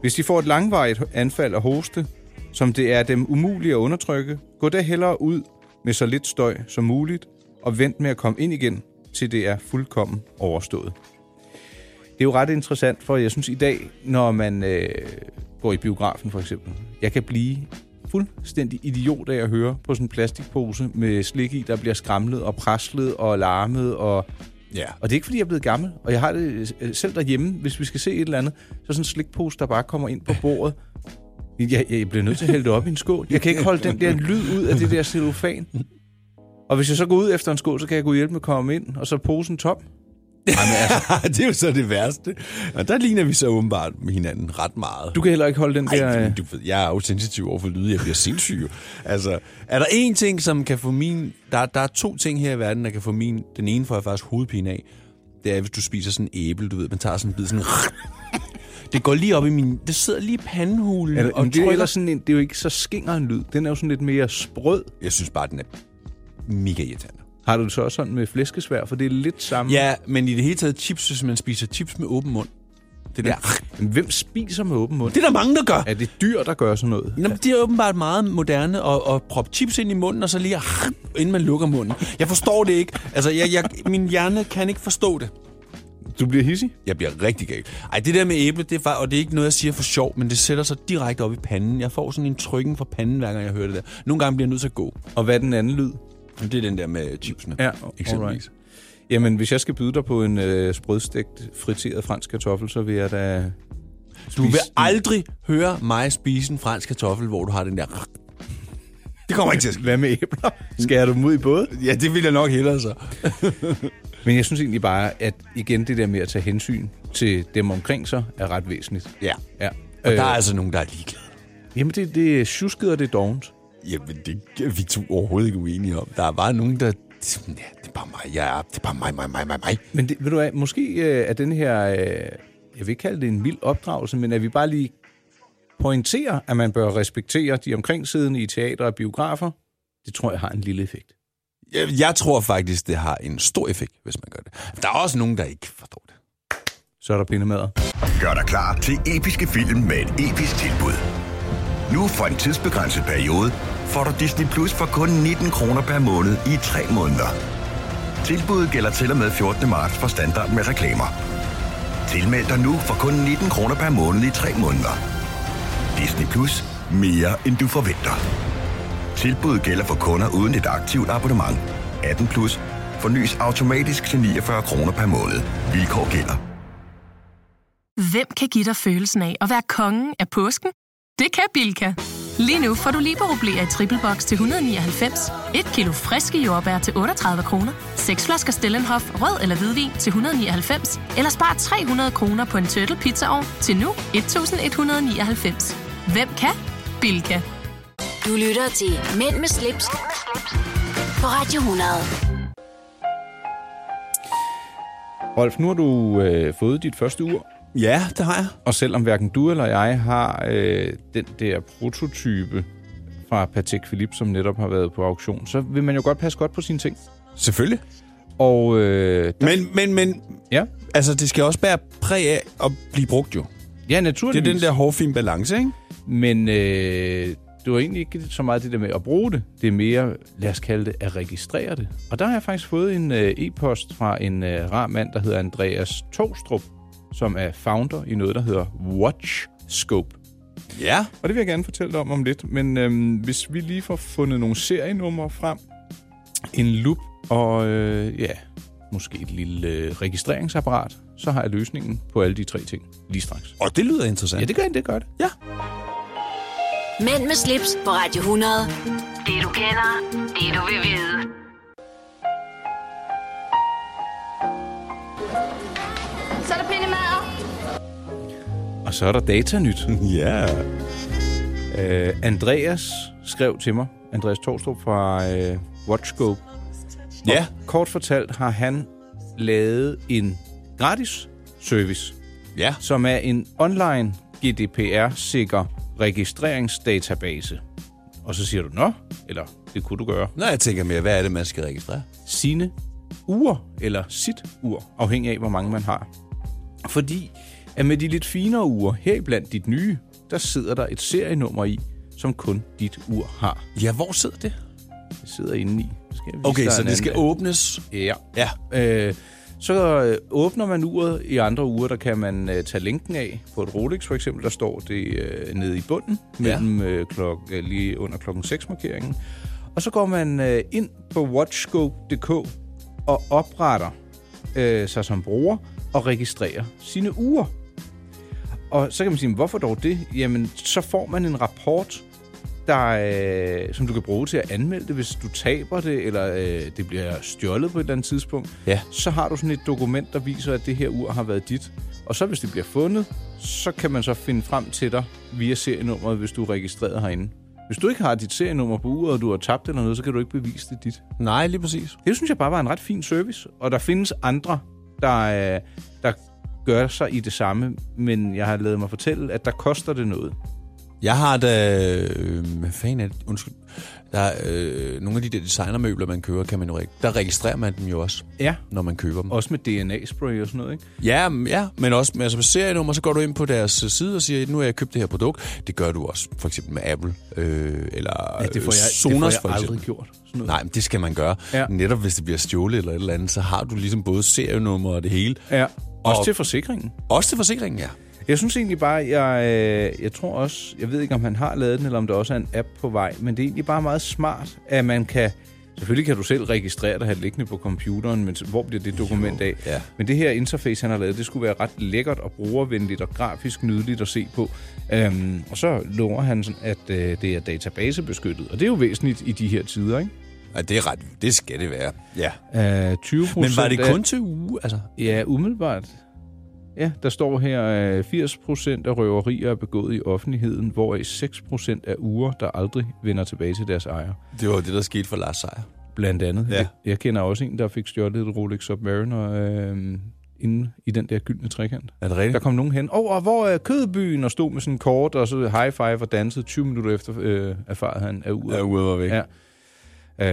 Speaker 2: Hvis de får et langvarigt anfald af hoste, som det er dem umuligt at undertrykke, gå da hellere ud med så lidt støj som muligt, og vent med at komme ind igen, til det er fuldkommen overstået. Det er jo ret interessant, for jeg synes i dag, når man øh, går i biografen for eksempel, jeg kan blive fuldstændig idiot af at høre på sådan en plastikpose med slik i, der bliver skramlet og preslet og larmet og
Speaker 3: Ja.
Speaker 2: og det er ikke, fordi jeg er blevet gammel. Og jeg har det øh, selv derhjemme, hvis vi skal se et eller andet, så er sådan en slikpose, der bare kommer ind på bordet. Jeg, jeg bliver nødt til at hælde det op i en skål. Jeg kan ikke holde den der lyd ud af det der cellofan. Og hvis jeg så går ud efter en skål, så kan jeg gå hjælpe med at komme ind, og så er posen tom.
Speaker 3: det er jo så det værste. Og der ligner vi så åbenbart med hinanden ret meget.
Speaker 2: Du kan heller ikke holde den
Speaker 3: Ej,
Speaker 2: der...
Speaker 3: men
Speaker 2: øh,
Speaker 3: du ved, jeg er jo sensitiv over for lyde, jeg bliver sindssyg. jo. altså, er der én ting, som kan få min... Der, der er to ting her i verden, der kan få min... Den ene får jeg faktisk hovedpine af. Det er, hvis du spiser sådan en æble, du ved, man tager sådan en bid sådan... Det går lige op i min... Det sidder lige i pandehulen
Speaker 2: Eller,
Speaker 3: og
Speaker 2: men det, er
Speaker 3: trykker-
Speaker 2: ellers sådan en, det er jo ikke så skinger en lyd. Den er jo sådan lidt mere sprød.
Speaker 3: Jeg synes bare, den er mega irriterende.
Speaker 2: Har du det så også sådan med flæskesvær? For det er lidt samme.
Speaker 3: Ja, men i det hele taget chips, hvis man spiser chips med åben mund. Det der...
Speaker 2: Men Hvem spiser med åben mund?
Speaker 3: Det er der mange, der gør.
Speaker 2: Er det dyr, der gør sådan noget?
Speaker 3: Nå, men det er åbenbart meget moderne at, at proppe chips ind i munden, og så lige, inden man lukker munden. Jeg forstår det ikke. Altså, jeg, jeg, min hjerne kan ikke forstå det.
Speaker 2: Du bliver hissig?
Speaker 3: Jeg bliver rigtig gal. Ej, det der med æble, det er, fa- og det er ikke noget, jeg siger for sjov, men det sætter sig direkte op i panden. Jeg får sådan en trykken fra panden, hver gang jeg hører det der. Nogle gange bliver jeg nødt til at gå.
Speaker 2: Og hvad er den anden lyd?
Speaker 3: Det er den der med chipsene,
Speaker 2: Ja,
Speaker 3: eksempelvis.
Speaker 2: alright. Jamen, hvis jeg skal byde dig på en øh, sprødstegt, friteret fransk kartoffel, så vil jeg da...
Speaker 3: Du vil
Speaker 2: Spis den.
Speaker 3: aldrig høre mig spise en fransk kartoffel, hvor du har den der... Det kommer ikke til at ske.
Speaker 2: Hvad med æbler? Skærer du dem ud i både?
Speaker 3: Ja, det vil jeg nok hellere så.
Speaker 2: Men jeg synes egentlig bare, at igen det der med at tage hensyn til dem omkring sig, er ret væsentligt.
Speaker 3: Ja.
Speaker 2: Ja. Øh,
Speaker 3: Og der er altså nogen, der er ligeglade.
Speaker 2: Jamen, det, det er sjusket og det er dovent.
Speaker 3: Jamen, det er vi to overhovedet ikke uenige om. Der er bare nogen, der... Ja, det er bare mig. Ja, det er bare mig, mig, mig, mig, mig.
Speaker 2: Men det, ved du hvad, måske øh, er den her... Øh, jeg vil ikke kalde det en vild opdragelse, men at vi bare lige pointerer, at man bør respektere de omkringsiddende i teater og biografer, det tror jeg har en lille effekt.
Speaker 3: Jeg, jeg tror faktisk, det har en stor effekt, hvis man gør det. Der er også nogen, der ikke forstår det.
Speaker 2: Så er der pindemader.
Speaker 5: Gør dig klar til episke film med et episk tilbud. Nu for en tidsbegrænset periode får du Disney Plus for kun 19 kroner per måned i 3 måneder. Tilbuddet gælder til og med 14. marts for standard med reklamer. Tilmeld dig nu for kun 19 kroner per måned i 3 måneder. Disney Plus. Mere end du forventer. Tilbuddet gælder for kunder uden et aktivt abonnement. 18 plus. Fornyes automatisk til 49 kroner per måned. Vilkår gælder.
Speaker 6: Hvem kan give dig følelsen af at være kongen af påsken? Det kan Bilka! Lige nu får du liberobleer i triple box til 199, et kilo friske jordbær til 38 kroner, seks flasker Stellenhof rød eller hvidvin til 199, eller spar 300 kroner på en turtle pizzaovn til nu 1199. Hvem kan? Bilka!
Speaker 1: Du lytter til Mænd med slips, Mænd med slips. på Radio 100.
Speaker 2: Rolf, nu har du øh, fået dit første ur,
Speaker 3: Ja, det har jeg.
Speaker 2: og selvom hverken du eller jeg har øh, den der prototype fra Patek Philippe, som netop har været på auktion, så vil man jo godt passe godt på sine ting.
Speaker 3: Selvfølgelig.
Speaker 2: Og øh,
Speaker 3: Men, men, men...
Speaker 2: ja,
Speaker 3: Altså, det skal også være præg af at blive brugt jo.
Speaker 2: ja
Speaker 3: Det er
Speaker 2: naturligvis.
Speaker 3: den der hårfin balance, ikke?
Speaker 2: Men øh, det var egentlig ikke så meget det der med at bruge det. Det er mere, lad os kalde det, at registrere det. Og der har jeg faktisk fået en øh, e-post fra en øh, rar mand, der hedder Andreas Tostrup, som er founder i noget, der hedder Watch Scope.
Speaker 3: Ja.
Speaker 2: Og det vil jeg gerne fortælle dig om om lidt, men øhm, hvis vi lige får fundet nogle serienumre frem, en loop og øh, ja, måske et lille øh, registreringsapparat, så har jeg løsningen på alle de tre ting lige straks.
Speaker 3: Og det lyder interessant.
Speaker 2: Ja, det gør det, det gør det.
Speaker 3: Ja.
Speaker 1: Mænd med slips på Radio 100. Det du kender, det du vil vide.
Speaker 4: Så er der pille mader.
Speaker 2: Og så er der datanyt.
Speaker 3: Ja.
Speaker 2: Øh, Andreas skrev til mig, Andreas Torstrup fra øh, Watchscope.
Speaker 3: Ja.
Speaker 2: Kort fortalt har han lavet en gratis service,
Speaker 3: Ja.
Speaker 2: som er en online GDPR-sikker registreringsdatabase. Og så siger du, nå, eller det kunne du gøre,
Speaker 3: Nå, jeg tænker mere, hvad er det, man skal registrere?
Speaker 2: sine uger, eller sit ur, afhængig af, hvor mange man har. Fordi at med de lidt finere uger, heriblandt dit nye, der sidder der et serienummer i, som kun dit ur har.
Speaker 3: Ja, hvor sidder det?
Speaker 2: Det sidder inde i. Skal jeg vise
Speaker 3: Okay,
Speaker 2: dig
Speaker 3: så
Speaker 2: en
Speaker 3: det
Speaker 2: anden
Speaker 3: skal
Speaker 2: dag.
Speaker 3: åbnes.
Speaker 2: Ja.
Speaker 3: Ja.
Speaker 2: Øh, så øh, åbner man uret. I andre uger, der kan man øh, tage linken af. På et Rolex for eksempel, der står det øh, nede i bunden, mellem øh, klok, øh, lige under klokken 6-markeringen. Og så går man øh, ind på watchgo.dk og opretter øh, sig som bruger og registrerer sine uger. Og så kan man sige, hvorfor dog det? Jamen, så får man en rapport, der, øh, som du kan bruge til at anmelde det, hvis du taber det, eller øh, det bliver stjålet på et eller andet tidspunkt.
Speaker 3: Ja.
Speaker 2: Så har du sådan et dokument, der viser, at det her ur har været dit. Og så hvis det bliver fundet, så kan man så finde frem til dig via serienummeret, hvis du er registreret herinde. Hvis du ikke har dit serienummer på uret, og du har tabt det eller noget, så kan du ikke bevise det er dit.
Speaker 3: Nej, lige præcis.
Speaker 2: Det synes jeg bare var en ret fin service, og der findes andre, der, øh, der gør sig i det samme, men jeg har lavet mig fortælle, at der koster det noget.
Speaker 3: Jeg har da... Øh, hvad fanden er det? Undskyld. Der er, øh, nogle af de der designermøbler, man køber, kan man jo ikke. Der registrerer man dem jo også,
Speaker 2: Ja.
Speaker 3: når man køber dem.
Speaker 2: Også med DNA-spray og sådan noget, ikke?
Speaker 3: Ja, men- ja, men også med altså med serienummer, så går du ind på deres øh, side og siger, nu har jeg købt det her produkt. Det gør du også, for eksempel med Apple, øh, eller
Speaker 2: Ja, det får
Speaker 3: øh,
Speaker 2: jeg,
Speaker 3: Sonos,
Speaker 2: det får jeg
Speaker 3: for eksempel.
Speaker 2: aldrig gjort. Sådan noget.
Speaker 3: Nej, men det skal man gøre.
Speaker 2: Ja.
Speaker 3: Ja. Netop hvis det bliver stjålet eller et eller andet, så har du ligesom både serienummer og det hele.
Speaker 2: Ja. Også
Speaker 3: Og-
Speaker 2: til forsikringen.
Speaker 3: Også til forsikringen, ja.
Speaker 2: Jeg synes egentlig bare, jeg, øh, jeg tror også, jeg ved ikke, om han har lavet den, eller om der også er en app på vej, men det er egentlig bare meget smart, at man kan, selvfølgelig kan du selv registrere dig og have det liggende på computeren, men hvor bliver det dokument af?
Speaker 3: ja.
Speaker 2: Men det her interface, han har lavet, det skulle være ret lækkert og brugervenligt og grafisk nydeligt at se på. Øhm, og så lover han, sådan, at øh, det er databasebeskyttet, og det er jo væsentligt i de her tider, ikke?
Speaker 3: ja. det er ret, det skal det være. Ja.
Speaker 2: Øh, 20
Speaker 3: Men var det
Speaker 2: af-
Speaker 3: kun til uge? Altså,
Speaker 2: Ja, umiddelbart. Ja, der står her, øh, 80% af røverier er begået i offentligheden, hvoraf 6% er uger, der aldrig vender tilbage til deres ejer.
Speaker 3: det var det, der skete for Lars Seier.
Speaker 2: Blandt andet.
Speaker 3: Ja.
Speaker 2: Jeg, jeg kender også en, der fik stjålet et Rolex Submariner øh, inde i den der gyldne trekant.
Speaker 3: Er det
Speaker 2: Der
Speaker 3: rigtigt?
Speaker 2: kom nogen hen, over, og hvor er kødbyen? Og stod med sådan en kort, og så high five og dansede 20 minutter efter øh, erfaret han af uret.
Speaker 3: Ja, ude var væk.
Speaker 2: Ja.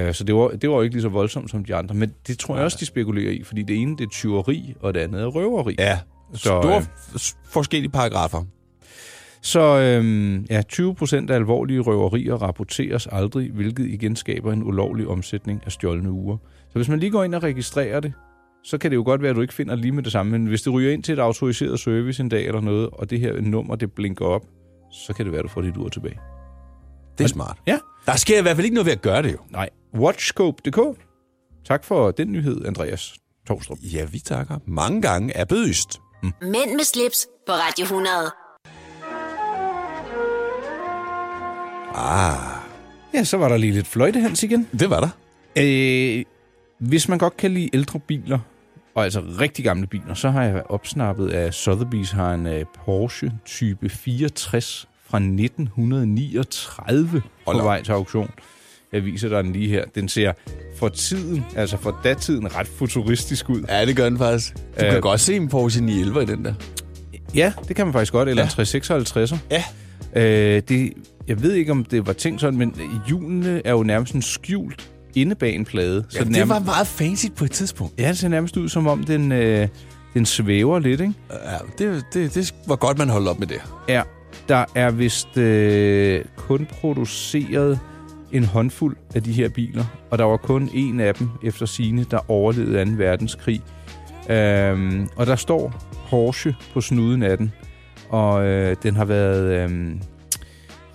Speaker 2: Øh, så det var, det var jo ikke lige så voldsomt som de andre. Men det tror jeg også, de spekulerer i, fordi det ene det er tyveri, og det andet er røveri.
Speaker 3: ja.
Speaker 2: Så,
Speaker 3: Store
Speaker 2: øh,
Speaker 3: f- forskellige paragrafer.
Speaker 2: Så øhm, ja, 20 procent af alvorlige røverier rapporteres aldrig, hvilket igen skaber en ulovlig omsætning af stjålne uger. Så hvis man lige går ind og registrerer det, så kan det jo godt være, at du ikke finder lige med det samme. Men hvis det ryger ind til et autoriseret service en dag eller noget, og det her nummer det blinker op, så kan det være, at du får dit ur tilbage.
Speaker 3: Det er smart.
Speaker 2: Ja.
Speaker 3: Der sker i hvert fald ikke noget ved at gøre det jo.
Speaker 2: Nej. Watchscope.dk. Tak for den nyhed, Andreas Torstrup.
Speaker 3: Ja, vi takker. Mange gange er bødøst.
Speaker 1: Mænd med slips på Radio 100.
Speaker 3: Ah,
Speaker 2: Ja, så var der lige lidt fløjtehans igen.
Speaker 3: det var der.
Speaker 2: Øh, hvis man godt kan lide ældre biler, og altså rigtig gamle biler, så har jeg opsnappet, at Sotheby's har en øh, Porsche Type 64 fra 1939
Speaker 3: Hold
Speaker 2: på
Speaker 3: op.
Speaker 2: vej til auktion. Jeg viser dig den lige her. Den ser for tiden, altså for datiden, ret futuristisk ud.
Speaker 3: Ja, det gør den faktisk. Du
Speaker 2: Øh,
Speaker 3: kan godt se en Porsche 911 i den der.
Speaker 2: Ja, det kan man faktisk godt. Eller
Speaker 3: Ja.
Speaker 2: en 356'er.
Speaker 3: Ja.
Speaker 2: Øh, det, jeg ved ikke, om det var tænkt sådan, men hjulene er jo nærmest en skjult inde bag en plade. Så
Speaker 3: Ja,
Speaker 2: den
Speaker 3: det
Speaker 2: er-
Speaker 3: var meget fancy på et tidspunkt.
Speaker 2: Ja, det ser nærmest ud, som om den, øh, den svæver lidt, ikke?
Speaker 3: Ja, det, det, det var godt, man holdt op med det.
Speaker 2: Ja. Der er vist øh, kun produceret en håndfuld af de her biler, og der var kun en af dem efter sine, der overlevede 2. verdenskrig. Øhm, og der står Porsche på snuden af den, og øh, den har været øhm,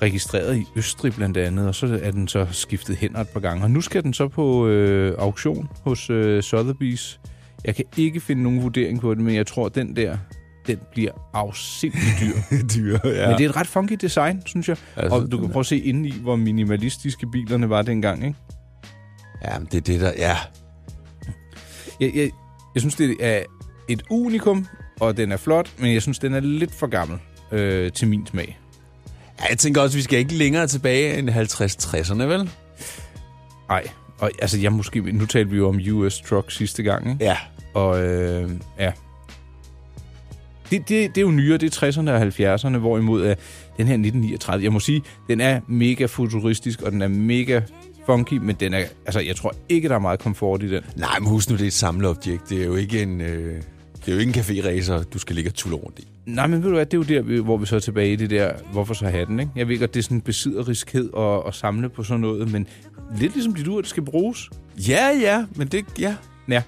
Speaker 2: registreret i Østrig blandt andet, og så er den så skiftet hænder et par gange. Og nu skal den så på øh, auktion hos øh, Sotheby's. Jeg kan ikke finde nogen vurdering på den, men jeg tror, at den der, den bliver afsindig dyr.
Speaker 3: Dyr, ja.
Speaker 2: Men det er et ret funky design, synes jeg.
Speaker 3: Altså,
Speaker 2: og du kan prøve at se indeni, hvor minimalistiske bilerne var dengang. Ikke?
Speaker 3: Ja, men det er det, der... Ja,
Speaker 2: Jeg, jeg, jeg synes, det er et unikum, og den er flot, men jeg synes, den er lidt for gammel øh, til min smag.
Speaker 3: Ja, jeg tænker også, at vi skal ikke længere tilbage end 50-60'erne, vel?
Speaker 2: Nej, og altså, jeg måske... Nu talte vi jo om US Truck sidste gang, ikke?
Speaker 3: Ja.
Speaker 2: Og øh, ja... Det, det, det er jo nyere, det er 60'erne og 70'erne, hvorimod øh, den her 1939, jeg må sige, den er mega futuristisk, og den er mega funky, men den er, altså, jeg tror ikke, der er meget komfort i den.
Speaker 3: Nej, men husk nu, det er et samleobjekt. Det er jo ikke en... Øh... Det er jo ikke en café-racer, du skal ligge og tulle rundt i.
Speaker 2: Nej, men ved du hvad, det er jo der, vi- hvor vi så er tilbage i det der, hvorfor så hatten, ikke? Jeg ved godt, det er sådan en besidderiskhed at, at samle på sådan noget, men lidt ligesom dit ur, det skal bruges.
Speaker 3: Ja, ja, men det... Ja.
Speaker 2: Ja.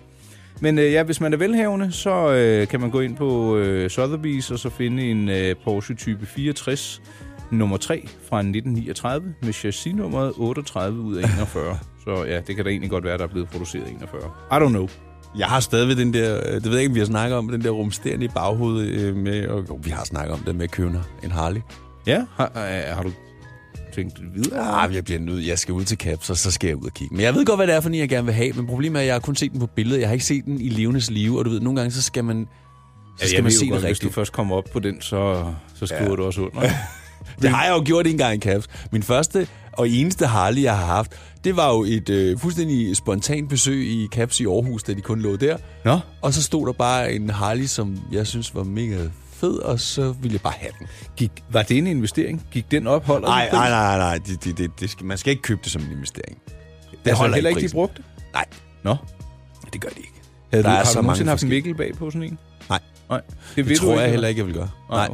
Speaker 2: Men øh, ja, hvis man er velhavende, så øh, kan man gå ind på øh, Sotheby's og så finde en øh, Porsche Type 64 nummer 3 fra 1939 med chassis-nummeret 38 ud af 41. så ja, det kan da egentlig godt være, der er blevet produceret 41. I don't know.
Speaker 3: Jeg har stadigvæk den der... øh, Det ved jeg ikke, om vi har snakket om, den der rumsterende i baghovedet øh, med... Og, jo, vi har snakket om det med købner en Harley.
Speaker 2: Ja, har, øh, har du tænkt videre?
Speaker 3: Ah, jeg bliver nødt. Jeg skal ud til Caps, og så skal jeg ud og kigge. Men jeg ved godt, hvad det er for en, jeg gerne vil have. Men problemet er, at jeg har kun set den på billedet. Jeg har ikke set den i levendes live. Og du ved, nogle gange, så skal man... Så skal
Speaker 2: Altså, jeg
Speaker 3: man
Speaker 2: ved jo
Speaker 3: se
Speaker 2: godt,
Speaker 3: det
Speaker 2: Hvis du
Speaker 3: rigtigt.
Speaker 2: først kommer op på den, så, så skriver ja. du også under.
Speaker 3: Det har jeg jo gjort en gang i Caps. Min første og eneste Harley, jeg har haft, det var jo et øh, fuldstændig spontant besøg i Caps i Aarhus, da de kun lå der.
Speaker 2: Nå.
Speaker 3: Og så stod der bare en Harley, som jeg synes var mega fed, og så ville jeg bare have den.
Speaker 2: Gik, var det en investering? Gik den op? Holder den
Speaker 3: Nej,
Speaker 2: prisen?
Speaker 3: nej, nej, nej. Det, det, det, det skal, man skal ikke købe det som en investering. Det
Speaker 2: Altså, heller ikke de brugte?
Speaker 3: Nej,
Speaker 2: Nå.
Speaker 3: det gør de ikke.
Speaker 2: Havde
Speaker 3: Der
Speaker 2: du,
Speaker 3: er
Speaker 2: har
Speaker 3: så
Speaker 2: du
Speaker 3: mange
Speaker 2: nogensinde haft en
Speaker 3: forskellige.
Speaker 2: vikkel bag på sådan en?
Speaker 3: Nej,
Speaker 2: Nej.
Speaker 3: det
Speaker 2: ved
Speaker 3: tror
Speaker 2: ikke,
Speaker 3: jeg
Speaker 2: eller?
Speaker 3: heller ikke, jeg vil gøre.
Speaker 2: Nej.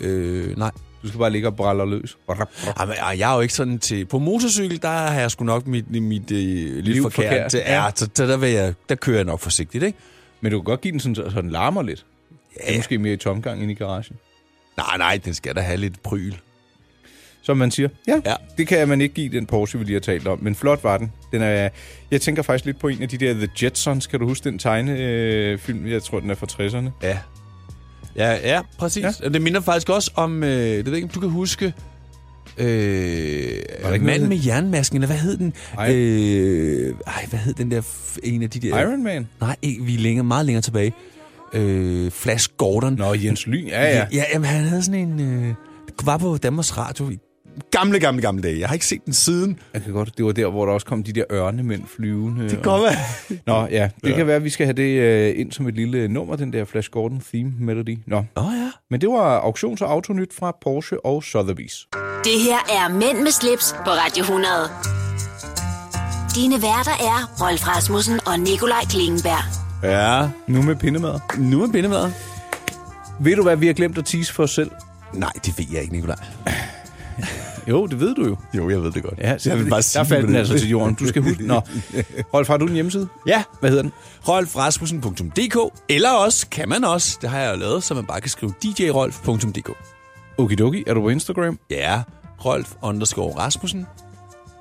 Speaker 3: Nej. Øh, nej.
Speaker 2: Du skal bare ligge og braller løs.
Speaker 3: Ej, men, ej, jeg er jo ikke sådan til... På motorcykel, der har jeg sgu nok mit, mit øh, liv,
Speaker 2: Liv
Speaker 3: forkert.
Speaker 2: forkert,
Speaker 3: forkert. Ja,
Speaker 2: ja.
Speaker 3: så, så der, vil jeg, der kører jeg nok forsigtigt, ikke?
Speaker 2: Men du kan godt give den sådan, så så den larmer lidt. Ja. Det er måske mere i tomgang end i garagen.
Speaker 3: Nej, nej, den skal da have lidt pryl.
Speaker 2: Som man siger. Ja, ja,
Speaker 3: Ja.
Speaker 2: det kan man ikke give den Porsche, vi lige har talt om. Men flot var den. den er, jeg tænker faktisk lidt på en af de der The Jetsons. Kan du huske den tegnefilm? Øh, film? jeg tror, den er fra 60'erne.
Speaker 3: Ja. Ja, ja præcis. Ja. Det minder faktisk også om, øh, det ved jeg ikke, om du kan huske, øh,
Speaker 2: noget,
Speaker 3: mand
Speaker 2: der
Speaker 3: med jernmasken, eller hvad hed den?
Speaker 2: Ej.
Speaker 3: Øh, ej, hvad hed den der, f- en af de der...
Speaker 2: Iron Man?
Speaker 3: Nej, ikke- vi er længere, meget længere tilbage. Øh, Flash Gordon.
Speaker 2: Nå, Jens Lyn. Ja, ja.
Speaker 3: ja jamen, han havde sådan en... Øh, var på Danmarks Radio i gamle, gamle, gamle dage. Jeg har ikke set den siden.
Speaker 2: Jeg kan godt, det var der, hvor der også kom de der ørnemænd flyvende. Det
Speaker 3: være.
Speaker 2: Nå, ja. Det ja. kan være, at vi skal have det øh, ind som et lille nummer, den der Flash Gordon theme melody. Nå.
Speaker 3: Nå ja.
Speaker 2: Men det var auktions- og autonyt fra Porsche og Sotheby's.
Speaker 1: Det her er Mænd med slips på Radio 100. Dine værter er Rolf Rasmussen og Nikolaj Klingenberg.
Speaker 3: Ja,
Speaker 2: Nu med pindemad.
Speaker 3: nu er bindemader.
Speaker 2: Ved du, hvad vi har glemt at tease for os selv?
Speaker 3: Nej, det ved jeg ikke, Nicolaj.
Speaker 2: Jo, det ved du jo.
Speaker 3: Jo, jeg ved det godt. jeg
Speaker 2: selvfølgelig. der faldt den altså til jorden. Du skal huske. Nå. Rolf, har du en hjemmeside?
Speaker 3: Ja,
Speaker 2: Hvad hedder den?
Speaker 3: rolfrasmussen.dk, eller også kan man også, det har jeg jo lavet, så man bare kan skrive djrolf.dk.
Speaker 2: Okidoki. Er du på Instagram?
Speaker 3: Ja, Rolf underscore Rasmussen,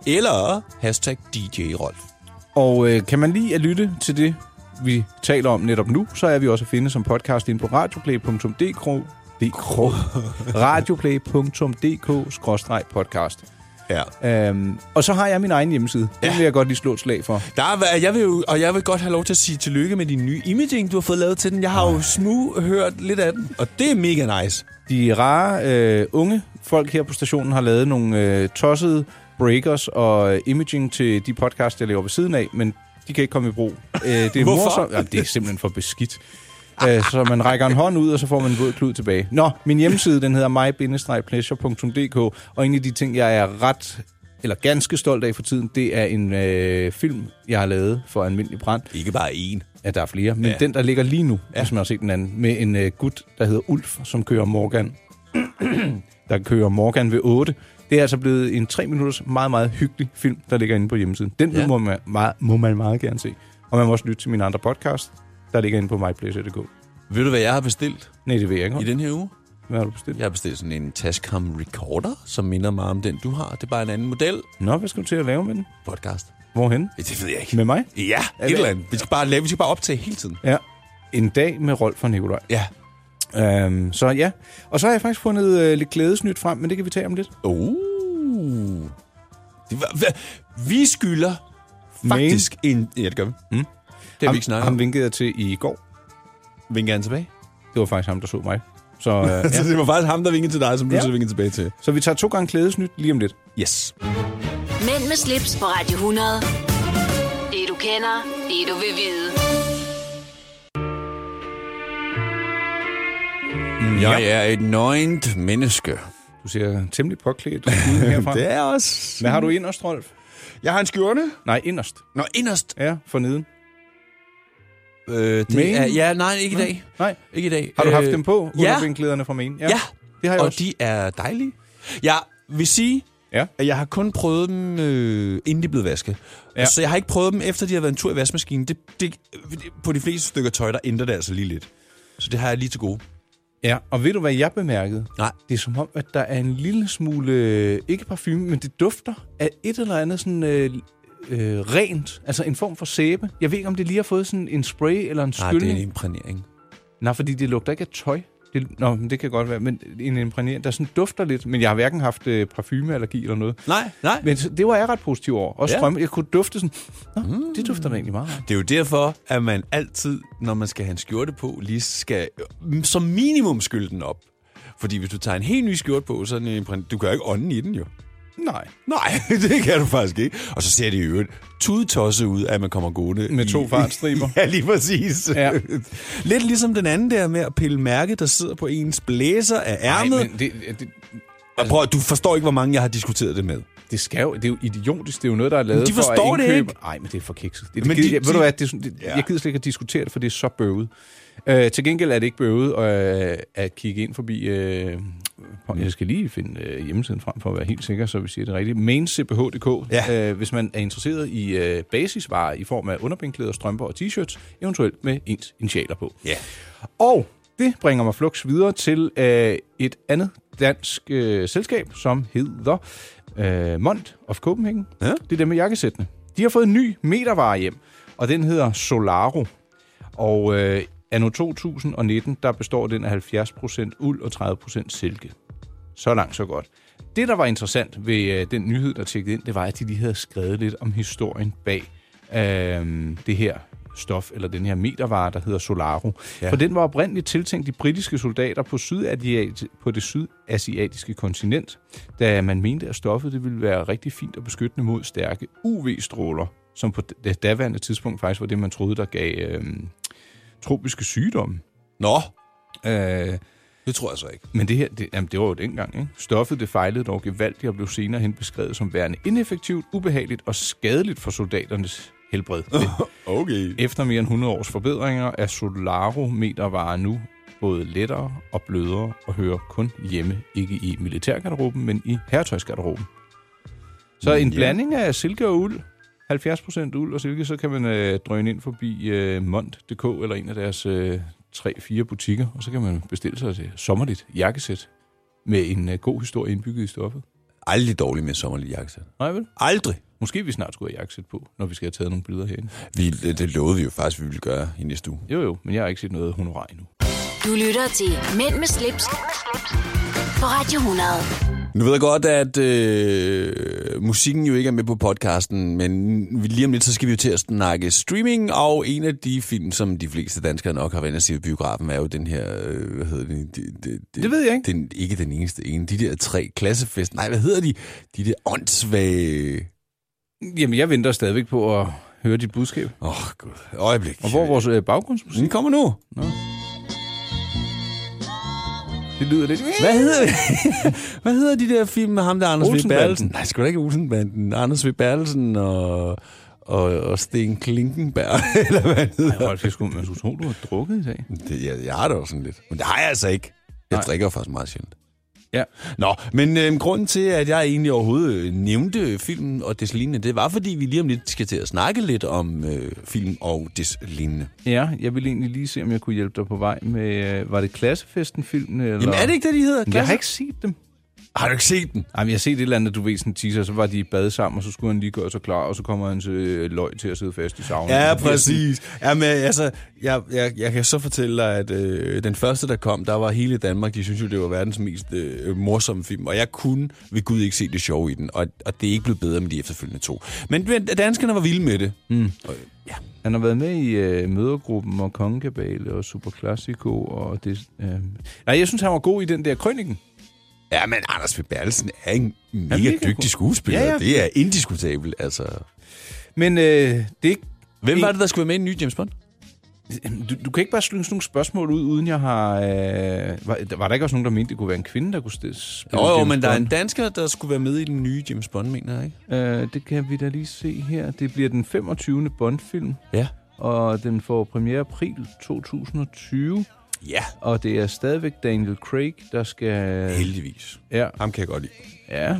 Speaker 3: eller hashtag djrolf.
Speaker 2: Og øh, kan man lige at lytte til det, vi taler om netop nu, så er vi også at finde som podcast inde på radioplay.dk dk radioplay.dk-podcast.
Speaker 3: Ja.
Speaker 2: Øhm, og så har jeg min egen hjemmeside. Den
Speaker 3: Ja.
Speaker 2: vil jeg godt lige slå et slag for.
Speaker 3: Der er, jeg vil jo, og jeg vil godt have lov til at sige tillykke med din nye imaging, du har fået lavet til den. Jeg har jo smug hørt lidt af den, og det er mega nice.
Speaker 2: De rare øh, unge folk her på stationen har lavet nogle øh, tossede breakers og øh, imaging til de podcasts, jeg laver ved siden af, men de kan ikke komme i brug. Øh, det er
Speaker 3: Hvorfor?
Speaker 2: morsomt. Jamen, det er simpelthen for beskidt. Øh, så man rækker en hånd ud, og så får man en våd klud tilbage. Nå, min hjemmeside, den hedder my-pleasure.dk, og en af de ting, jeg er ret eller ganske stolt af for tiden, det er en øh, film, jeg har lavet for Almindelig Brand.
Speaker 3: Ikke bare én.
Speaker 2: Ja, der er flere, men ja.
Speaker 3: Ja.
Speaker 2: den, der ligger lige nu, ja. hvis man har set den anden, med en øh, gut, der hedder Ulf, som kører Morgan. der kører Morgan ved 8. Det er altså blevet en 3 minutters meget, meget hyggelig film, der ligger inde på hjemmesiden. Den ja.
Speaker 3: Ja.
Speaker 2: må, man meget, må man meget gerne se. Og man må også lytte til mine andre podcast, der ligger inde på mypleasure.dk.
Speaker 3: Ved du, hvad jeg har bestilt
Speaker 2: Nej, det ved jeg ikke.
Speaker 3: i
Speaker 2: om.
Speaker 3: den her uge?
Speaker 2: Hvad har du bestilt?
Speaker 3: Jeg har bestilt sådan en Tascam Recorder, som minder meget om den, du har. Det er bare en anden model.
Speaker 2: Nå, hvad skal du til at lave med den?
Speaker 3: Podcast.
Speaker 2: Hvorhen?
Speaker 3: Det ved jeg ikke.
Speaker 2: Med mig?
Speaker 3: Ja, et eller andet. Vi skal bare, lave, vi skal bare optage hele tiden.
Speaker 2: Ja. En dag med Rolf og Nikolaj.
Speaker 3: Ja.
Speaker 2: Øhm, så ja. Og så har jeg faktisk fundet øh, lidt glædesnyt frem, men det kan vi tage om lidt.
Speaker 3: Uh. Det var, hva, vi skylder faktisk en... Ja, det gør vi. Mm. Det har vi ikke snakket
Speaker 2: Ham
Speaker 3: om.
Speaker 2: vinkede jeg til i går.
Speaker 3: Vinker han tilbage?
Speaker 2: Det var faktisk ham, der så mig. Så, øh, ja.
Speaker 3: Ja. det var faktisk ham, der vinkede til dig, som du
Speaker 2: Ja.
Speaker 3: så vinkede tilbage til.
Speaker 2: så vi tager to gange klædesnyt lige om lidt.
Speaker 3: Yes.
Speaker 1: Mænd med slips på Radio 100. Det du kender, det du vil vide.
Speaker 3: Jeg er et nøgent menneske.
Speaker 2: Du ser temmelig påklædt ud herfra.
Speaker 3: Det er også...
Speaker 2: Hvad har du inderst, Rolf?
Speaker 3: Jeg har en skjorte.
Speaker 2: Nej, inderst.
Speaker 3: Nå, inderst.
Speaker 2: Ja, for neden.
Speaker 3: Øh, det
Speaker 2: Maine?
Speaker 3: er, ja, nej, ikke i
Speaker 2: Nej.
Speaker 3: dag.
Speaker 2: Nej.
Speaker 3: Ikke i dag.
Speaker 2: Har du haft
Speaker 3: Øh,
Speaker 2: dem på?
Speaker 3: Ja,
Speaker 2: Undervinklæderne fra Maine?
Speaker 3: ja.
Speaker 2: Det har jeg
Speaker 3: og
Speaker 2: også.
Speaker 3: de er dejlige. Jeg vil sige,
Speaker 2: Ja.
Speaker 3: at jeg har kun prøvet dem, øh, inden de blev vasket.
Speaker 2: Ja.
Speaker 3: Ja. Så jeg har ikke prøvet dem, efter de har været en tur i vaskemaskinen. Det, det, på de fleste stykker tøj, der ændrer det altså lige lidt. Så det har jeg lige til gode.
Speaker 2: Ja, og ved du, hvad jeg bemærkede?
Speaker 3: Nej.
Speaker 2: Det er som om, at der er en lille smule, øh, ikke parfume, men det dufter af et eller andet sådan øh, øh, rent, altså en form for sæbe. Jeg ved ikke, om det lige har fået sådan en spray eller en
Speaker 3: Nej, Ah, det er
Speaker 2: skyldning.
Speaker 3: en
Speaker 2: Nej,
Speaker 3: imprægnering.
Speaker 2: Nej fordi det lugter ikke af tøj. Det, nå, men det kan godt være, men en imprægnering, der sådan dufter lidt, men jeg har hverken haft øh, parfumeallergi eller noget.
Speaker 3: Nej, nej.
Speaker 2: Men så- det var jeg ret positiv over. Også ja.
Speaker 3: Ja.
Speaker 2: strømme. Jeg kunne dufte sådan, nå, mm. det dufter da egentlig meget.
Speaker 3: Det er jo derfor, at man altid, når man skal have en skjorte på, lige skal øh, som minimum skylde den op. Fordi hvis du tager en helt ny skjorte på, så er den en imprægnering. Du kan jo ikke ånden i den jo.
Speaker 2: Nej.
Speaker 3: Nej, det kan du faktisk ikke. Og så ser det i øvrigt tudetosset ud, at man kommer gående.
Speaker 2: Med to
Speaker 3: i-
Speaker 2: fartstriber.
Speaker 3: ja, lige præcis.
Speaker 2: Ja.
Speaker 3: Ja. Lidt ligesom den anden der med at pille mærke, der sidder på ens blæser af ærmet.
Speaker 2: Ej,
Speaker 3: Ej,
Speaker 2: men det, det,
Speaker 3: men... Prøv, at- du forstår ikke, hvor mange jeg har diskuteret det med.
Speaker 2: Det, skal jo, det er jo idiotisk. Det er jo noget, der er lavet
Speaker 3: de
Speaker 2: for
Speaker 3: forstår
Speaker 2: at
Speaker 3: det
Speaker 2: indkøbe.
Speaker 3: ikke.
Speaker 2: Nej, men det er for kikset. Det, det men
Speaker 3: Men
Speaker 2: gider, de,
Speaker 3: de-
Speaker 2: jeg, ved
Speaker 3: de-
Speaker 2: du hvad, det, er sådan- det, ja.
Speaker 3: Ja.
Speaker 2: jeg gider slet ikke at diskutere det, for det er så bøvet. Øh, til gengæld er det ikke bøvet øh, at kigge ind forbi... Øh, jeg skal lige finde øh, hjemmesiden frem for at være helt sikker, så vi siger det rigtigt. Maincph.dk.
Speaker 3: Ja.
Speaker 2: Øh, hvis man er interesseret i øh, basisvarer i form af underbindklæder, strømper og t-shirts, eventuelt med ens initialer på.
Speaker 3: Ja.
Speaker 2: Og det bringer mig flux videre til øh, et andet dansk øh, selskab, som hedder øh, Mont of Copenhagen.
Speaker 3: Ja.
Speaker 2: Det er dem med jakkesættene. De har fået en ny metervare hjem, og den hedder Solaro. Og øh, anno 2019, der består den af 70% uld og 30% silke. Så langt, så godt. Det, der var interessant ved øh, den nyhed, der tjekkede ind, det var, at de lige havde skrevet lidt om historien bag øh, det her stof, eller den her metervare, der hedder Solaro. Ja.
Speaker 3: Ja.
Speaker 2: For den var oprindeligt tiltænkt de britiske soldater på, sydasiat- på det sydasiatiske kontinent, da man mente, at stoffet det ville være rigtig fint og beskyttende mod stærke UV-stråler, som på det daværende tidspunkt faktisk var det, man troede, der gav øh, tropiske sygdomme.
Speaker 3: Nå,
Speaker 2: Øh,
Speaker 3: det tror jeg så ikke.
Speaker 2: men det her, det, jamen det var jo dengang, ikke? Stoffet det fejlede dog gevaldigt og blev senere hen beskrevet som værende ineffektivt, ubehageligt og skadeligt for soldaternes helbred.
Speaker 3: Okay.
Speaker 2: Efter mere end 100 års forbedringer er Solaro-metervarer nu både lettere og blødere og hører kun hjemme, ikke i militærgarderoben, men i herretøjsgarderoben. Så en
Speaker 3: Ja.
Speaker 2: blanding af silke og uld, 70% uld og silke, så kan man øh, drøne ind forbi øh, mont.dk eller en af deres øh, 3-4 butikker, og så kan man bestille sig til sommerligt jakkesæt med en øh, god historie indbygget i stoffet.
Speaker 3: Aldrig dårlig med sommerlig jakkesæt.
Speaker 2: Nej vel?
Speaker 3: Aldrig.
Speaker 2: Måske vi snart skulle have jakkesæt på, når vi skal have taget nogle billeder herinde.
Speaker 3: Vi, det, det lovede vi jo faktisk, vi ville gøre i næste uge.
Speaker 2: Jo jo, men jeg har ikke set noget honorar endnu.
Speaker 1: Du lytter til Mænd med slips, på Radio 100.
Speaker 3: Nu ved jeg godt, at øh, musikken jo ikke er med på podcasten, men vi- lige om lidt, så skal vi jo til at snakke streaming, og en af de film, som de fleste danskere nok har vendt sig i biografen, er jo den her, øh, hvad hedder den? De, de, de,
Speaker 2: Det ved jeg ikke.
Speaker 3: Den, ikke den eneste ene. De der tre klassefest. Nej, hvad hedder de? De der åndssvage...
Speaker 2: Jamen, jeg venter stadigvæk på at høre dit budskab.
Speaker 3: Åh, oh, gud. Øjeblik.
Speaker 2: Og hvor er vores øh, baggrundsmusik?
Speaker 3: Den kommer nu.
Speaker 2: Det lyder lidt...
Speaker 3: Hvad hedder, hvad hedder de der film med ham der, Anders V.
Speaker 2: Olsenbanden.
Speaker 3: Bertelsen? Nej, sgu da ikke Olsenbanden. Anders V. Bertelsen og, og, og Sten Klinkenberg, eller hvad han hedder.
Speaker 2: Ej, Hold fisk, man skulle tro, du har drukket i dag.
Speaker 3: Det, jeg, jeg har det også sådan lidt. Men det har jeg altså ikke. Jeg
Speaker 2: Nej.
Speaker 3: Nej. drikker faktisk meget sjældent.
Speaker 2: Ja.
Speaker 3: Nå, men øh, grunden til, at jeg egentlig overhovedet øh, nævnte filmen og des lignende, det var, fordi vi lige om lidt skal til at snakke lidt om øh, film og des lignende.
Speaker 2: Ja, jeg ville egentlig lige se, om jeg kunne hjælpe dig på vej med... Øh, var det Klassefesten-filmen? Eller?
Speaker 3: Jamen er det ikke det, de hedder?
Speaker 2: Jeg har ikke set dem.
Speaker 3: har du ikke set den?
Speaker 2: Ej, men jeg har set et eller andet, du ved, sådan en teaser, så var de i bad sammen, og så skulle han lige gøre sig klar, og så kommer hans øh, løg til at sidde fast i savnen.
Speaker 3: Ja, præcis. Jamen, altså, jeg, jeg, jeg kan så fortælle dig, at øh, den første, der kom, der var hele Danmark, de synes jo, det var verdens mest øh, morsomme film, og jeg kunne ved Gud ikke se det sjove i den, og, og det er ikke blevet bedre med de efterfølgende to. Men, men danskerne var vilde med det.
Speaker 2: Han har været med i øh, mødergruppen og Kongekabale og Super Classico og det... Øh... Nej, jeg synes, han var god i den der krønningen.
Speaker 3: Ja, men Anders V. Bertelsen er en mega,
Speaker 2: mega
Speaker 3: dygtig
Speaker 2: god.
Speaker 3: skuespiller.
Speaker 2: Ja, ja.
Speaker 3: Det er indiskutabelt, altså.
Speaker 2: Men øh, det er ikke
Speaker 3: Hvem
Speaker 2: var
Speaker 3: var det, der skulle være med i ny James Bond?
Speaker 2: Du, du kan ikke bare slynge sådan nogle spørgsmål ud, uden jeg har... Øh, var, der- var der ikke også nogen, der mente, det kunne være en kvinde, der kunne st- spille
Speaker 3: Jo, jo,
Speaker 2: James
Speaker 3: men der er en
Speaker 2: Bond?
Speaker 3: dansker, der skulle være med i den nye James Bond, mener jeg, ikke?
Speaker 2: Øh, det kan vi da lige se her. Det bliver den 25. Bond-film,
Speaker 3: Ja.
Speaker 2: og den får premiere april 2020.
Speaker 3: Ja,
Speaker 2: Og det er stadigvæk Daniel Craig, der skal...
Speaker 3: heldigvis.
Speaker 2: Ja,
Speaker 3: Ham kan jeg godt lide.
Speaker 2: ja.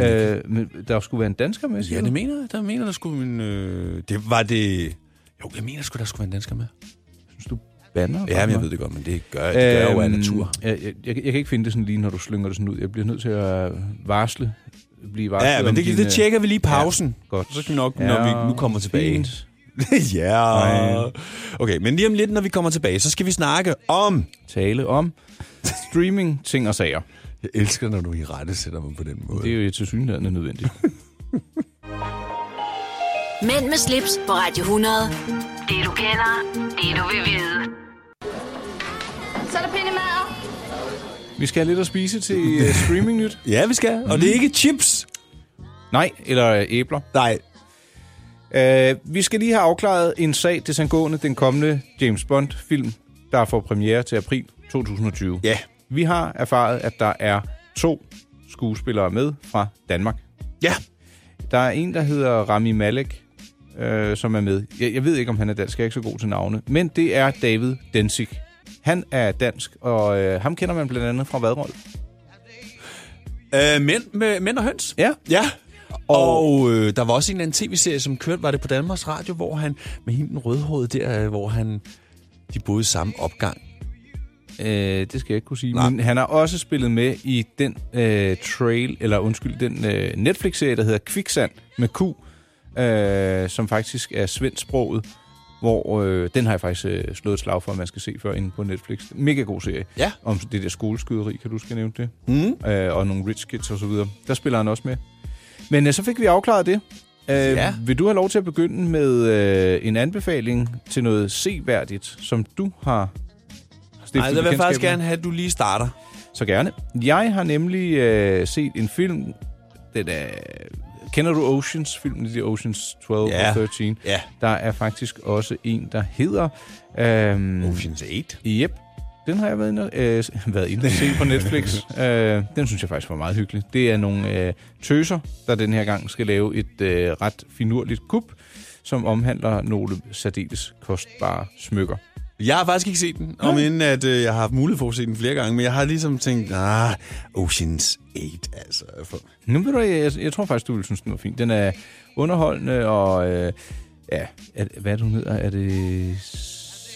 Speaker 2: Øh, men der skulle være en dansker med, siger
Speaker 3: Ja,
Speaker 2: du?
Speaker 3: det mener jeg. Der mener, der skulle en... Øh, det var det... Jo, jeg mener sgu, der skulle være en dansker med.
Speaker 2: Synes du banner?
Speaker 3: Ja, men jeg ved det godt, men det gør, det gør jeg jo af
Speaker 2: Øhm,
Speaker 3: natur.
Speaker 2: Jeg, jeg, jeg, jeg kan ikke finde det sådan lige, når du slynger det sådan ud. Jeg bliver nødt til at varsle. Blive varslet
Speaker 3: Ja, men
Speaker 2: om
Speaker 3: det,
Speaker 2: din,
Speaker 3: det
Speaker 2: øh,
Speaker 3: tjekker vi lige i pausen. Ja,
Speaker 2: godt.
Speaker 3: Så skal vi nok, når vi nu kommer tilbage.
Speaker 2: Fint.
Speaker 3: ja. Okay, men lige om lidt, når vi kommer tilbage, så skal vi snakke om...
Speaker 2: Tale om streaming, ting og sager.
Speaker 3: Jeg elsker, når du i rette sætter mig på den måde.
Speaker 2: Det er jo til synligheden nødvendigt.
Speaker 1: Mænd med slips på Radio 100. Det du kender, det du vil vide.
Speaker 4: Så er der pinde mader.
Speaker 2: Vi skal have lidt at spise til øh, streaming nyt.
Speaker 3: Ja, vi skal. Og det er ikke chips.
Speaker 2: Nej, eller øh, æbler.
Speaker 3: Nej.
Speaker 2: Uh, vi skal lige have afklaret en sag til sangående den kommende James Bond-film, der får premiere til april 2020.
Speaker 3: Ja.
Speaker 2: Vi har erfaret, at der er to skuespillere med fra Danmark.
Speaker 3: Ja.
Speaker 2: Der er en, der hedder Rami Malek, øh, som er med. Jeg, jeg ved ikke, om han er dansk. Jeg er ikke så god til navne. Men det er David Densig. Han er dansk, og øh, ham kender man blandt andet fra Vadrol.
Speaker 3: Øh, mænd, med, mænd og høns.
Speaker 2: Ja.
Speaker 3: Ja. Og øh, der var også en eller anden tv-serie, som kørte, var det på Danmarks Radio, hvor han, med hende den rødhårede der, øh, hvor han, de boede i samme opgang.
Speaker 2: Øh, det skal jeg ikke kunne sige.
Speaker 3: Nej.
Speaker 2: Nej. Men han har også spillet med i den øh, trail, eller undskyld, den øh, Netflix-serie, der hedder Kviksand med Q, øh, som faktisk er svendsproget, hvor øh, den har jeg faktisk øh, slået et slag for, at man skal se før inde på Netflix. Mega god serie.
Speaker 3: Ja.
Speaker 2: Om det der skoleskyderi, kan du huske, jeg nævnte det? Mm. Øh, og nogle rich kids og så videre. Der spiller han også med. Men øh, så fik vi afklaret det. Øh,
Speaker 3: Ja.
Speaker 2: ja. Vil du have lov til at begynde med øh, en anbefaling til noget seværdigt, som du har stiftet
Speaker 3: Nej, der vil jeg
Speaker 2: bekendtskab
Speaker 3: faktisk
Speaker 2: med?
Speaker 3: gerne have, at du lige starter.
Speaker 2: Så gerne. Jeg har nemlig øh, set en film, den er... Kender du Oceans? Filmen de der Oceans 12
Speaker 3: Ja.
Speaker 2: og 13.
Speaker 3: Ja.
Speaker 2: Der er faktisk også en, der hedder... Øh,
Speaker 3: Ocean's 8.
Speaker 2: Yep. Den har jeg været inde, og- øh, s- været inde og se på Netflix. øh, den synes jeg faktisk var meget hyggelig. Det er nogle øh, tøser, der den her gang skal lave et øh, ret finurligt kup, som omhandler nogle særdeles kostbare smykker.
Speaker 3: Jeg har faktisk ikke set den, om inden at øh, jeg har haft mulighed for at se den flere gange, men jeg har ligesom tænkt, ah, Ocean's 8, altså. For...
Speaker 2: Nu ved du, jeg, jeg, jeg tror faktisk, du ville synes, den var fin. Den er underholdende, og øh, ja, er, hvad er det, hun hedder? Er det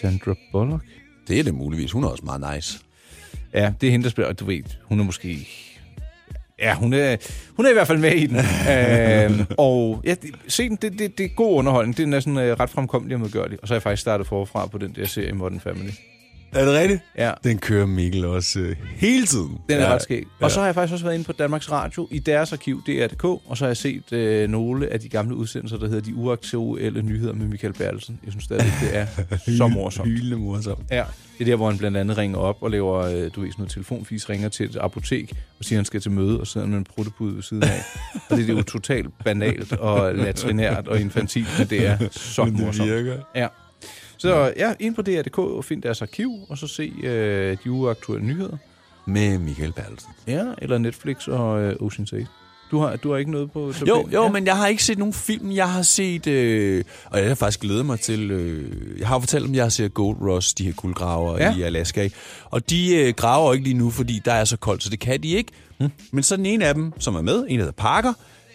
Speaker 2: Sandra Bullock?
Speaker 3: Det er det muligvis. Hun er også meget nice.
Speaker 2: Ja, det er hende, der spiller, og du ved, hun er måske... Ja, hun er, hun er i hvert fald med i den. øhm, og ja, det- se den, det, det, det er god underholdning. Den er sådan øh, ret fremkommelig og medgørlig. Og så har jeg faktisk startet forfra på den der serie Modern Family.
Speaker 3: Er det rigtigt?
Speaker 2: Ja.
Speaker 3: Den kører Mikkel også øh, hele tiden.
Speaker 2: Den er
Speaker 3: ja.
Speaker 2: ret skæg. Ja. Og så har jeg faktisk også været inde på Danmarks Radio i deres arkiv, DR.dk, og så har jeg set øh, nogle af de gamle udsendelser, der hedder De Uaktuelle Nyheder med Michael Bertelsen. Jeg synes stadig, det er så morsomt.
Speaker 3: Hyldende morsomt.
Speaker 2: Ja, det er der, hvor han blandt andet ringer op og laver, øh, du ved, sådan noget telefonfis, ringer til et apotek og siger, at han skal til møde, og sidder med en pruttepude ved siden af. og det, det er jo totalt banalt og latrinært og infantilt, men det er så
Speaker 3: Men det
Speaker 2: morsomt.
Speaker 3: virker.
Speaker 2: Ja. Så ja, ind på DR.dk og find deres arkiv, og så se øh, de uaktuelle nyheder.
Speaker 3: Med Michael Bertelsen.
Speaker 2: Ja, eller Netflix og øh, Ocean's 8. Du har, du har ikke noget på
Speaker 3: Jo,
Speaker 2: tabellen?
Speaker 3: jo,
Speaker 2: ja.
Speaker 3: men jeg har ikke set nogen film. Jeg har set, øh, og jeg har faktisk glædet mig til, øh, jeg har jo fortalt dem, jeg har set Gold Rush, de her guldgraver ja.
Speaker 2: Ja.
Speaker 3: i Alaska. Ikke? Og de øh, graver ikke lige nu, fordi der er så koldt, så det kan de ikke.
Speaker 2: Hm?
Speaker 3: Hmm. Men så den ene af dem, som er med, en der hedder Parker,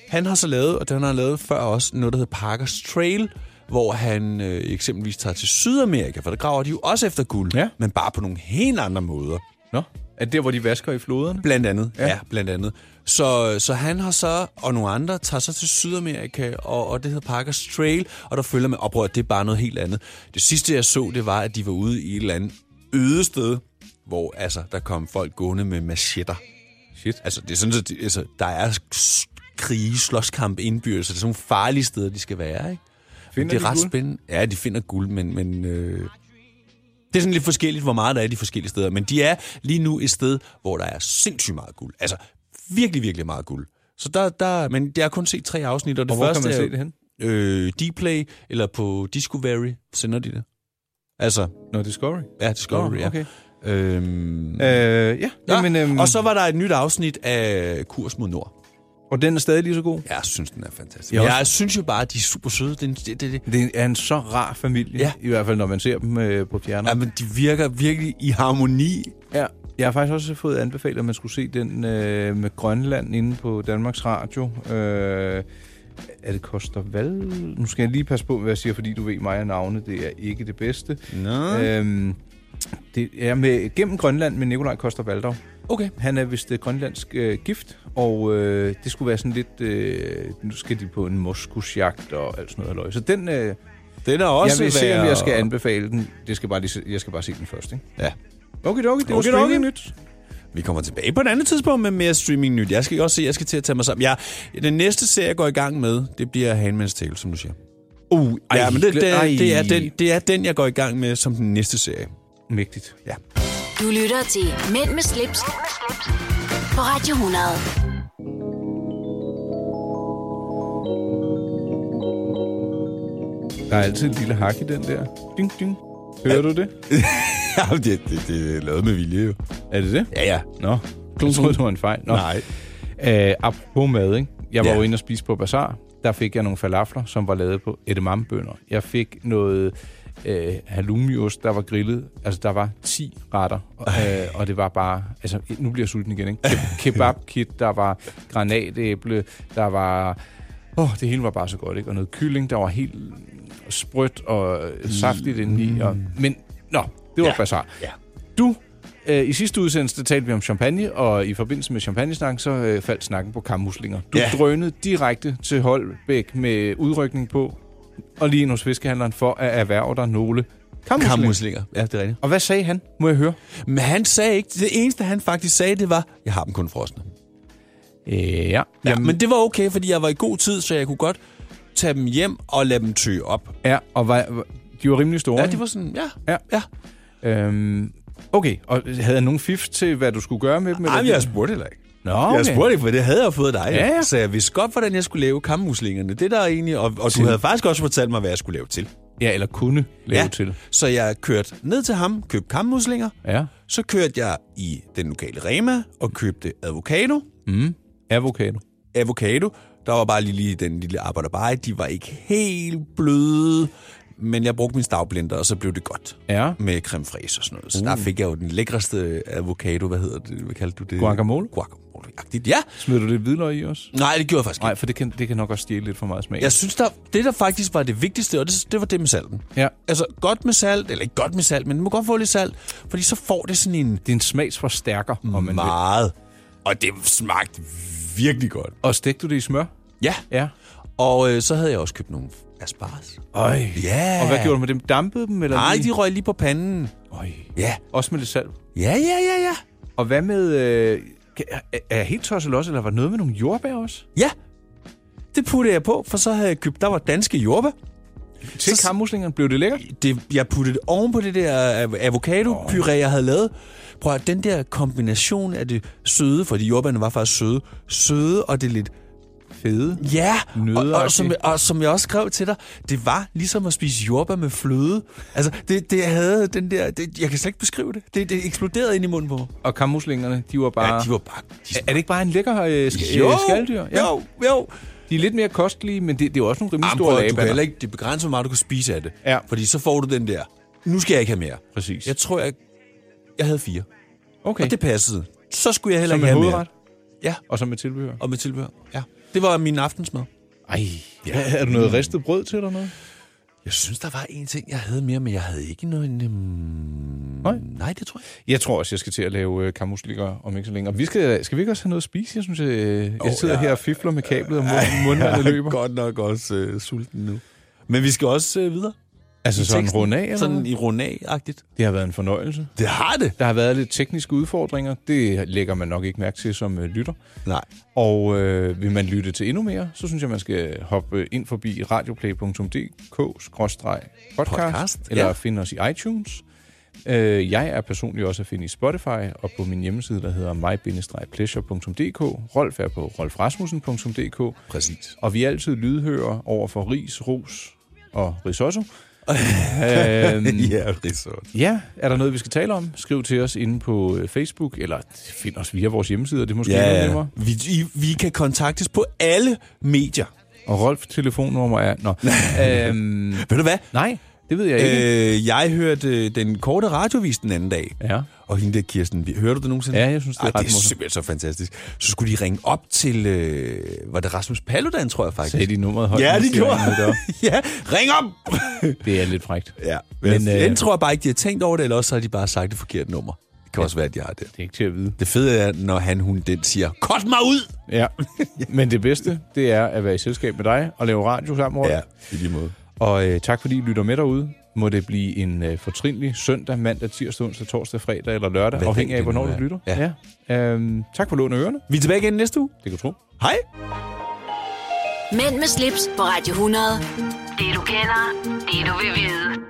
Speaker 3: han har så lavet, og den har han lavet før også, noget, der hedder Parkers Trail, hvor han øh, eksempelvis tager til Sydamerika, for der graver de jo også efter guld,
Speaker 2: Ja.
Speaker 3: men bare på nogle helt andre måder.
Speaker 2: Nå, er det der, hvor de vasker i floderne?
Speaker 3: Blandt andet, ja, ja blandt andet. Så, så han har så, og nogle andre, tager så til Sydamerika, og, og det hedder Parkers Trail, og der følger med oprør, det er bare noget helt andet. Det sidste, jeg så, det var, at de var ude i et eller andet øde sted, hvor altså, der kom folk gående med machetter.
Speaker 2: Shit.
Speaker 3: Altså, det er sådan, at de, altså, der er s- krige, slåskamp, indbyrdes, så det er sådan nogle farlige steder, de skal være, ikke? Men
Speaker 2: Finder
Speaker 3: det er
Speaker 2: de
Speaker 3: ret
Speaker 2: guld?
Speaker 3: spændende. Ja, de finder guld, men... men øh, det er sådan lidt forskelligt, hvor meget der er i de forskellige steder. Men de er lige nu et sted, hvor der er sindssygt meget guld. Altså, virkelig, virkelig meget guld. Så der, der, men jeg har kun set tre afsnit, og det
Speaker 2: Og hvor kan
Speaker 3: første
Speaker 2: man
Speaker 3: er,
Speaker 2: se
Speaker 3: jo-
Speaker 2: det henne?
Speaker 3: Øh, Dplay eller på Discovery sender de det. Altså,
Speaker 2: Nå, Discovery.
Speaker 3: ja, Discovery,
Speaker 2: Nå, okay.
Speaker 3: ja. Øhm,
Speaker 2: Øh, ja,
Speaker 3: ja.
Speaker 2: Jamen, øhm,
Speaker 3: og så var der et nyt afsnit af Kurs mod Nord.
Speaker 2: Og den er stadig lige så god.
Speaker 3: Jeg synes, den er fantastisk.
Speaker 2: Jeg
Speaker 3: Jeg,
Speaker 2: også.
Speaker 3: jeg synes jo bare, at de er super søde. Den, det, det, det.
Speaker 2: Det er en så rar familie,
Speaker 3: Ja.
Speaker 2: ja. i hvert fald når man ser dem øh, på fjerner.
Speaker 3: Jamen, de virker virkelig i harmoni.
Speaker 2: Ja, jeg har faktisk også fået anbefalet, at man skulle se den øh, med Grønland inde på Danmarks Radio. Øh, er det Koster Val? Nu skal jeg lige passe på, hvad jeg siger, fordi du ved mig og navne. Det er ikke det bedste.
Speaker 3: Nå.
Speaker 2: Øhm, det er med, gennem Grønland med Nikolaj Koster Valdau.
Speaker 3: Okay.
Speaker 2: Han er vist øh, grønlandsk øh, gift, og øh, det skulle være sådan lidt... Øh, nu skal de på en moskusjagt og alt sådan noget. halløj. Så den... Øh,
Speaker 3: Den er
Speaker 2: jeg
Speaker 3: også
Speaker 2: vil se, om
Speaker 3: værd
Speaker 2: jeg skal
Speaker 3: at-
Speaker 2: anbefale den. Det skal bare lige, se- jeg skal bare se den først, ikke?
Speaker 3: Ja.
Speaker 2: Okay, okay, det var
Speaker 3: Okay,
Speaker 2: streaming
Speaker 3: okay.
Speaker 2: nyt.
Speaker 3: Vi kommer tilbage på et andet tidspunkt med mere streaming nyt. Jeg skal også se, jeg skal til at tage mig sammen. Jeg, den næste serie, jeg går i gang med, det bliver Handmaid's Tale, som du siger.
Speaker 2: Uh, ej,
Speaker 3: ja, men det, det,
Speaker 2: ej.
Speaker 3: det, er den, det er den, jeg går i gang med som den næste serie.
Speaker 2: Mægtigt.
Speaker 3: Ja.
Speaker 1: Du lytter til Mænd med slips, på Radio 100.
Speaker 2: Der er altid et lille hak i den der. Ding, ding. Hører du det?
Speaker 3: ja det, det, det, er lavet med vilje jo.
Speaker 2: Er det det?
Speaker 3: Ja, ja.
Speaker 2: Nå, jeg troede, det var en fejl. Nå.
Speaker 3: Nej.
Speaker 2: Øh, apropos mad, ikke? Jeg var
Speaker 3: Ja.
Speaker 2: jo inde og spise på Bazaar. Der fik jeg nogle falafler, som var lavet på edamamebønder. Jeg fik noget øh, halloumiost, der var grillet. Altså, der var 10 retter, og, øh, og det var bare... Altså, nu bliver jeg sulten igen, ikke? Ke- Kebabkit, der var granatæble, der var... Åh, oh, det hele var bare så godt, ikke? Og noget kylling, der var helt sprødt og øh, saftigt indeni. Og, men, nå, det var ja. Bazaar.
Speaker 3: Ja.
Speaker 2: Du, øh, i sidste udsendelse der talte vi om champagne, og i forbindelse med champagnesnak, så øh, faldt snakken på kammuslinger. Du
Speaker 3: Ja.
Speaker 2: ja. drønede direkte til Holbæk med udrykning på, og lige ind hos fiskehandleren for at erhverve dig nogle kammuslinger.
Speaker 3: Kammuslinger. Ja, det er rigtigt.
Speaker 2: og hvad sagde han, må jeg høre?
Speaker 3: Men han sagde ikke, det eneste han faktisk sagde, det var, jeg har dem kun frosne.
Speaker 2: Ja,
Speaker 3: Øh, Ja, men det var okay, fordi jeg var i god tid, så jeg kunne godt tage dem hjem og lade dem tø op.
Speaker 2: ja og var, de var rimelig store.
Speaker 3: Ja,
Speaker 2: ikke?
Speaker 3: det var sådan, ja.
Speaker 2: Ja.
Speaker 3: ja.
Speaker 2: Øhm, okay, og havde han nogen fif til, hvad du skulle gøre med dem? eller
Speaker 3: Ej, men
Speaker 2: det-
Speaker 3: jeg spurgte heller ikke.
Speaker 2: Nå,
Speaker 3: Okay.
Speaker 2: okay.
Speaker 3: Jeg spurgte ikke, for det havde jeg fået dig.
Speaker 2: Ja, ja.
Speaker 3: Så jeg vidste godt, hvordan jeg skulle lave kammuslingerne. Det der er egentlig, og, og du havde faktisk også fortalt mig, hvad jeg skulle lave til.
Speaker 2: Ja, eller kunne lave ja. til.
Speaker 3: Så jeg kørte ned til ham, købte kammuslinger.
Speaker 2: Ja,
Speaker 3: Så kørte jeg i den lokale Rema og købte avocado.
Speaker 2: avocado.
Speaker 3: Avocado. Der var bare lige, lige den lille arbejderbeje. De var ikke helt bløde, men jeg brugte min stavblender, og så blev det godt.
Speaker 2: Ja. Uh.
Speaker 3: Med creme fraise og sådan noget. Så der fik jeg jo den lækreste avocado. Hvad hedder det? Hvad kaldte du det?
Speaker 2: Guacamole?
Speaker 3: Guacamole-agtigt, ja.
Speaker 2: Smed du det hvidløg i også?
Speaker 3: Nej, det gjorde jeg faktisk ikke.
Speaker 2: Nej, for det kan, det kan nok også stjæle lidt for meget smag.
Speaker 3: Jeg synes, der, det der faktisk var det vigtigste, og det, det var det med salten.
Speaker 2: Ja.
Speaker 3: Altså, godt med salt, eller ikke godt med salt, men det må godt få lidt salt, fordi så får det sådan en
Speaker 2: Det er en smagsforstærker, om man vil.
Speaker 3: meget, og det smagte virkelig godt.
Speaker 2: Og stegte du det i smør?
Speaker 3: Ja,
Speaker 2: Ja.
Speaker 3: og øh, så havde jeg også købt nogle asparges.
Speaker 2: Øj.
Speaker 3: Ja.
Speaker 2: Og hvad gjorde du med dem? Dampede dem? Eller
Speaker 3: Nej, de
Speaker 2: lige-
Speaker 3: røg lige på panden.
Speaker 2: Øj.
Speaker 3: Ja,
Speaker 2: Også med lidt salt.
Speaker 3: ja, ja, ja, ja.
Speaker 2: Og hvad med... Øh, kan- er- er jeg helt tosset også, eller var der noget med nogle jordbær også?
Speaker 3: Ja, det puttede jeg på, for så havde jeg købt, der var danske jordbær.
Speaker 2: Til kammuslingerne blev det lækkert?
Speaker 3: det, jeg puttede det oven på det der av- avocado-puré, jeg havde lavet. Prøv at den der kombination af det søde, fordi jordbærne var faktisk søde, søde og det lidt
Speaker 2: Fede.
Speaker 3: Ja, og, og,
Speaker 2: Nøddeagtigt.
Speaker 3: som, jeg- og som jeg også skrev til dig, det var ligesom at spise jordbær med fløde. Altså, det, det havde den der... Det, jeg kan slet ikke beskrive det. Det, det eksploderede ind i munden på mig.
Speaker 2: Og kammuslingerne, de var bare...
Speaker 3: Ja, de var bare... De,
Speaker 2: Er- Er det ikke bare en lækker øh, sk- øh, skalddyr?
Speaker 3: ja. jo, jo.
Speaker 2: De er lidt mere kostelige, men det, det er jo også nogle rimelig
Speaker 3: Jamen,
Speaker 2: store
Speaker 3: prøv, du kan
Speaker 2: lageballer.
Speaker 3: heller ikke, det begrænser, hvor meget du kan spise af det.
Speaker 2: Ja.
Speaker 3: Fordi så får du den der, nu skal jeg ikke have mere.
Speaker 2: Præcis.
Speaker 3: Jeg tror, jeg, jeg havde fire.
Speaker 2: Okay.
Speaker 3: Og det passede. Så skulle jeg heller
Speaker 2: som
Speaker 3: ikke
Speaker 2: en
Speaker 3: have
Speaker 2: hovedret
Speaker 3: Ja,
Speaker 2: og som et tilbehør.
Speaker 3: og med tilbehør. Ja. Det var min aftensmad.
Speaker 2: Ej, ja. er der noget ristet brød til eller noget?
Speaker 3: Jeg synes, der var en ting, jeg havde mere, men jeg havde ikke noget... Um...
Speaker 2: Nej.
Speaker 3: Nej, det tror jeg ikke.
Speaker 2: Jeg tror også, jeg skal til at lave øh, kammuslinger om ikke så længe. Og vi skal, skal vi ikke også have noget at spise? Jeg synes, jeg, jeg sidder
Speaker 3: ja.
Speaker 2: ja. her og fifler med kablet, og munden- mundvandet løber.
Speaker 3: godt nok også øh, sulten nu. Men vi skal også øh, videre.
Speaker 2: Altså sådan
Speaker 3: Teksten.
Speaker 2: rundt af, eller
Speaker 3: Sådan
Speaker 2: hvad?
Speaker 3: i rundag-agtigt.
Speaker 2: Det har været en fornøjelse.
Speaker 3: Det har det.
Speaker 2: Der har været lidt tekniske udfordringer. Det lægger man nok ikke mærke til som øh, lytter.
Speaker 3: Nej.
Speaker 2: Og øh, vil man lytte til endnu mere, så synes jeg, man skal hoppe ind forbi radioplay.dk-podcast,
Speaker 3: Podcast,
Speaker 2: podcast,
Speaker 3: ja.
Speaker 2: eller finde os i iTunes. Øh, jeg er personligt også at finde i Spotify og på min hjemmeside, der hedder my-pleasure.dk. Rolf er på rolfrasmussen.dk.
Speaker 3: Præcis.
Speaker 2: Og vi er altid lydhører over for ris, ros og risotto. øhm,
Speaker 3: Ja, risort.
Speaker 2: Ja, er der noget, vi skal tale om? Skriv til os inde på øh, Facebook, eller find os via vores hjemmeside, det er måske
Speaker 3: Ja,
Speaker 2: endnu
Speaker 3: ja.
Speaker 2: nemmere.
Speaker 3: Vi, I, vi kan kontaktes på alle medier.
Speaker 2: Og Rolf telefonnummer er... Nå. øhm,
Speaker 3: Ved du hvad?
Speaker 2: nej, det ved jeg ikke.
Speaker 3: Øh, jeg hørte øh, den korte radiovis den anden dag.
Speaker 2: Ja.
Speaker 3: Og hende der Kirsten, Vi- hører du det nogensinde?
Speaker 2: Ja, jeg synes, det er
Speaker 3: Ej,
Speaker 2: ret
Speaker 3: det er
Speaker 2: morsomt.
Speaker 3: simpelthen så fantastisk. Så skulle de ringe op til, øh, var det Rasmus Paludan, tror jeg faktisk.
Speaker 2: Sagde de nummeret højt?
Speaker 3: Ja,
Speaker 2: mens
Speaker 3: de gjorde.
Speaker 2: ringede derop?
Speaker 3: ja, ring op!
Speaker 2: Det er lidt frægt.
Speaker 3: ja,
Speaker 2: Men,
Speaker 3: men, øh,
Speaker 2: øh,
Speaker 3: den tror jeg bare ikke, de har tænkt over det, eller også har de bare sagt det forkerte nummer. Det kan også være, at de har det.
Speaker 2: Det er ikke til at vide.
Speaker 3: Det fede er, når han, hun, den siger, kort mig ud!
Speaker 2: Ja. Men det bedste, det er at være i selskab med dig og lave radio sammen, Rolf.
Speaker 3: Ja, i lige måde.
Speaker 2: Og øh, tak fordi I lytter med derude. Må det blive en øh, fortrinlig søndag, mandag, tirsdag, onsdag, torsdag, fredag eller lørdag,
Speaker 3: Hvad
Speaker 2: afhængig
Speaker 3: dag
Speaker 2: af,
Speaker 3: det nu
Speaker 2: hvornår du
Speaker 3: er.
Speaker 2: lytter.
Speaker 3: Ja.
Speaker 2: Ja. Øhm, tak for lån af ørerne.
Speaker 3: Vi er tilbage igen næste uge.
Speaker 2: Det kan du tro.
Speaker 3: Hej!
Speaker 1: Mænd med slips på Radio 100.
Speaker 7: Det du kender, det du vil vide.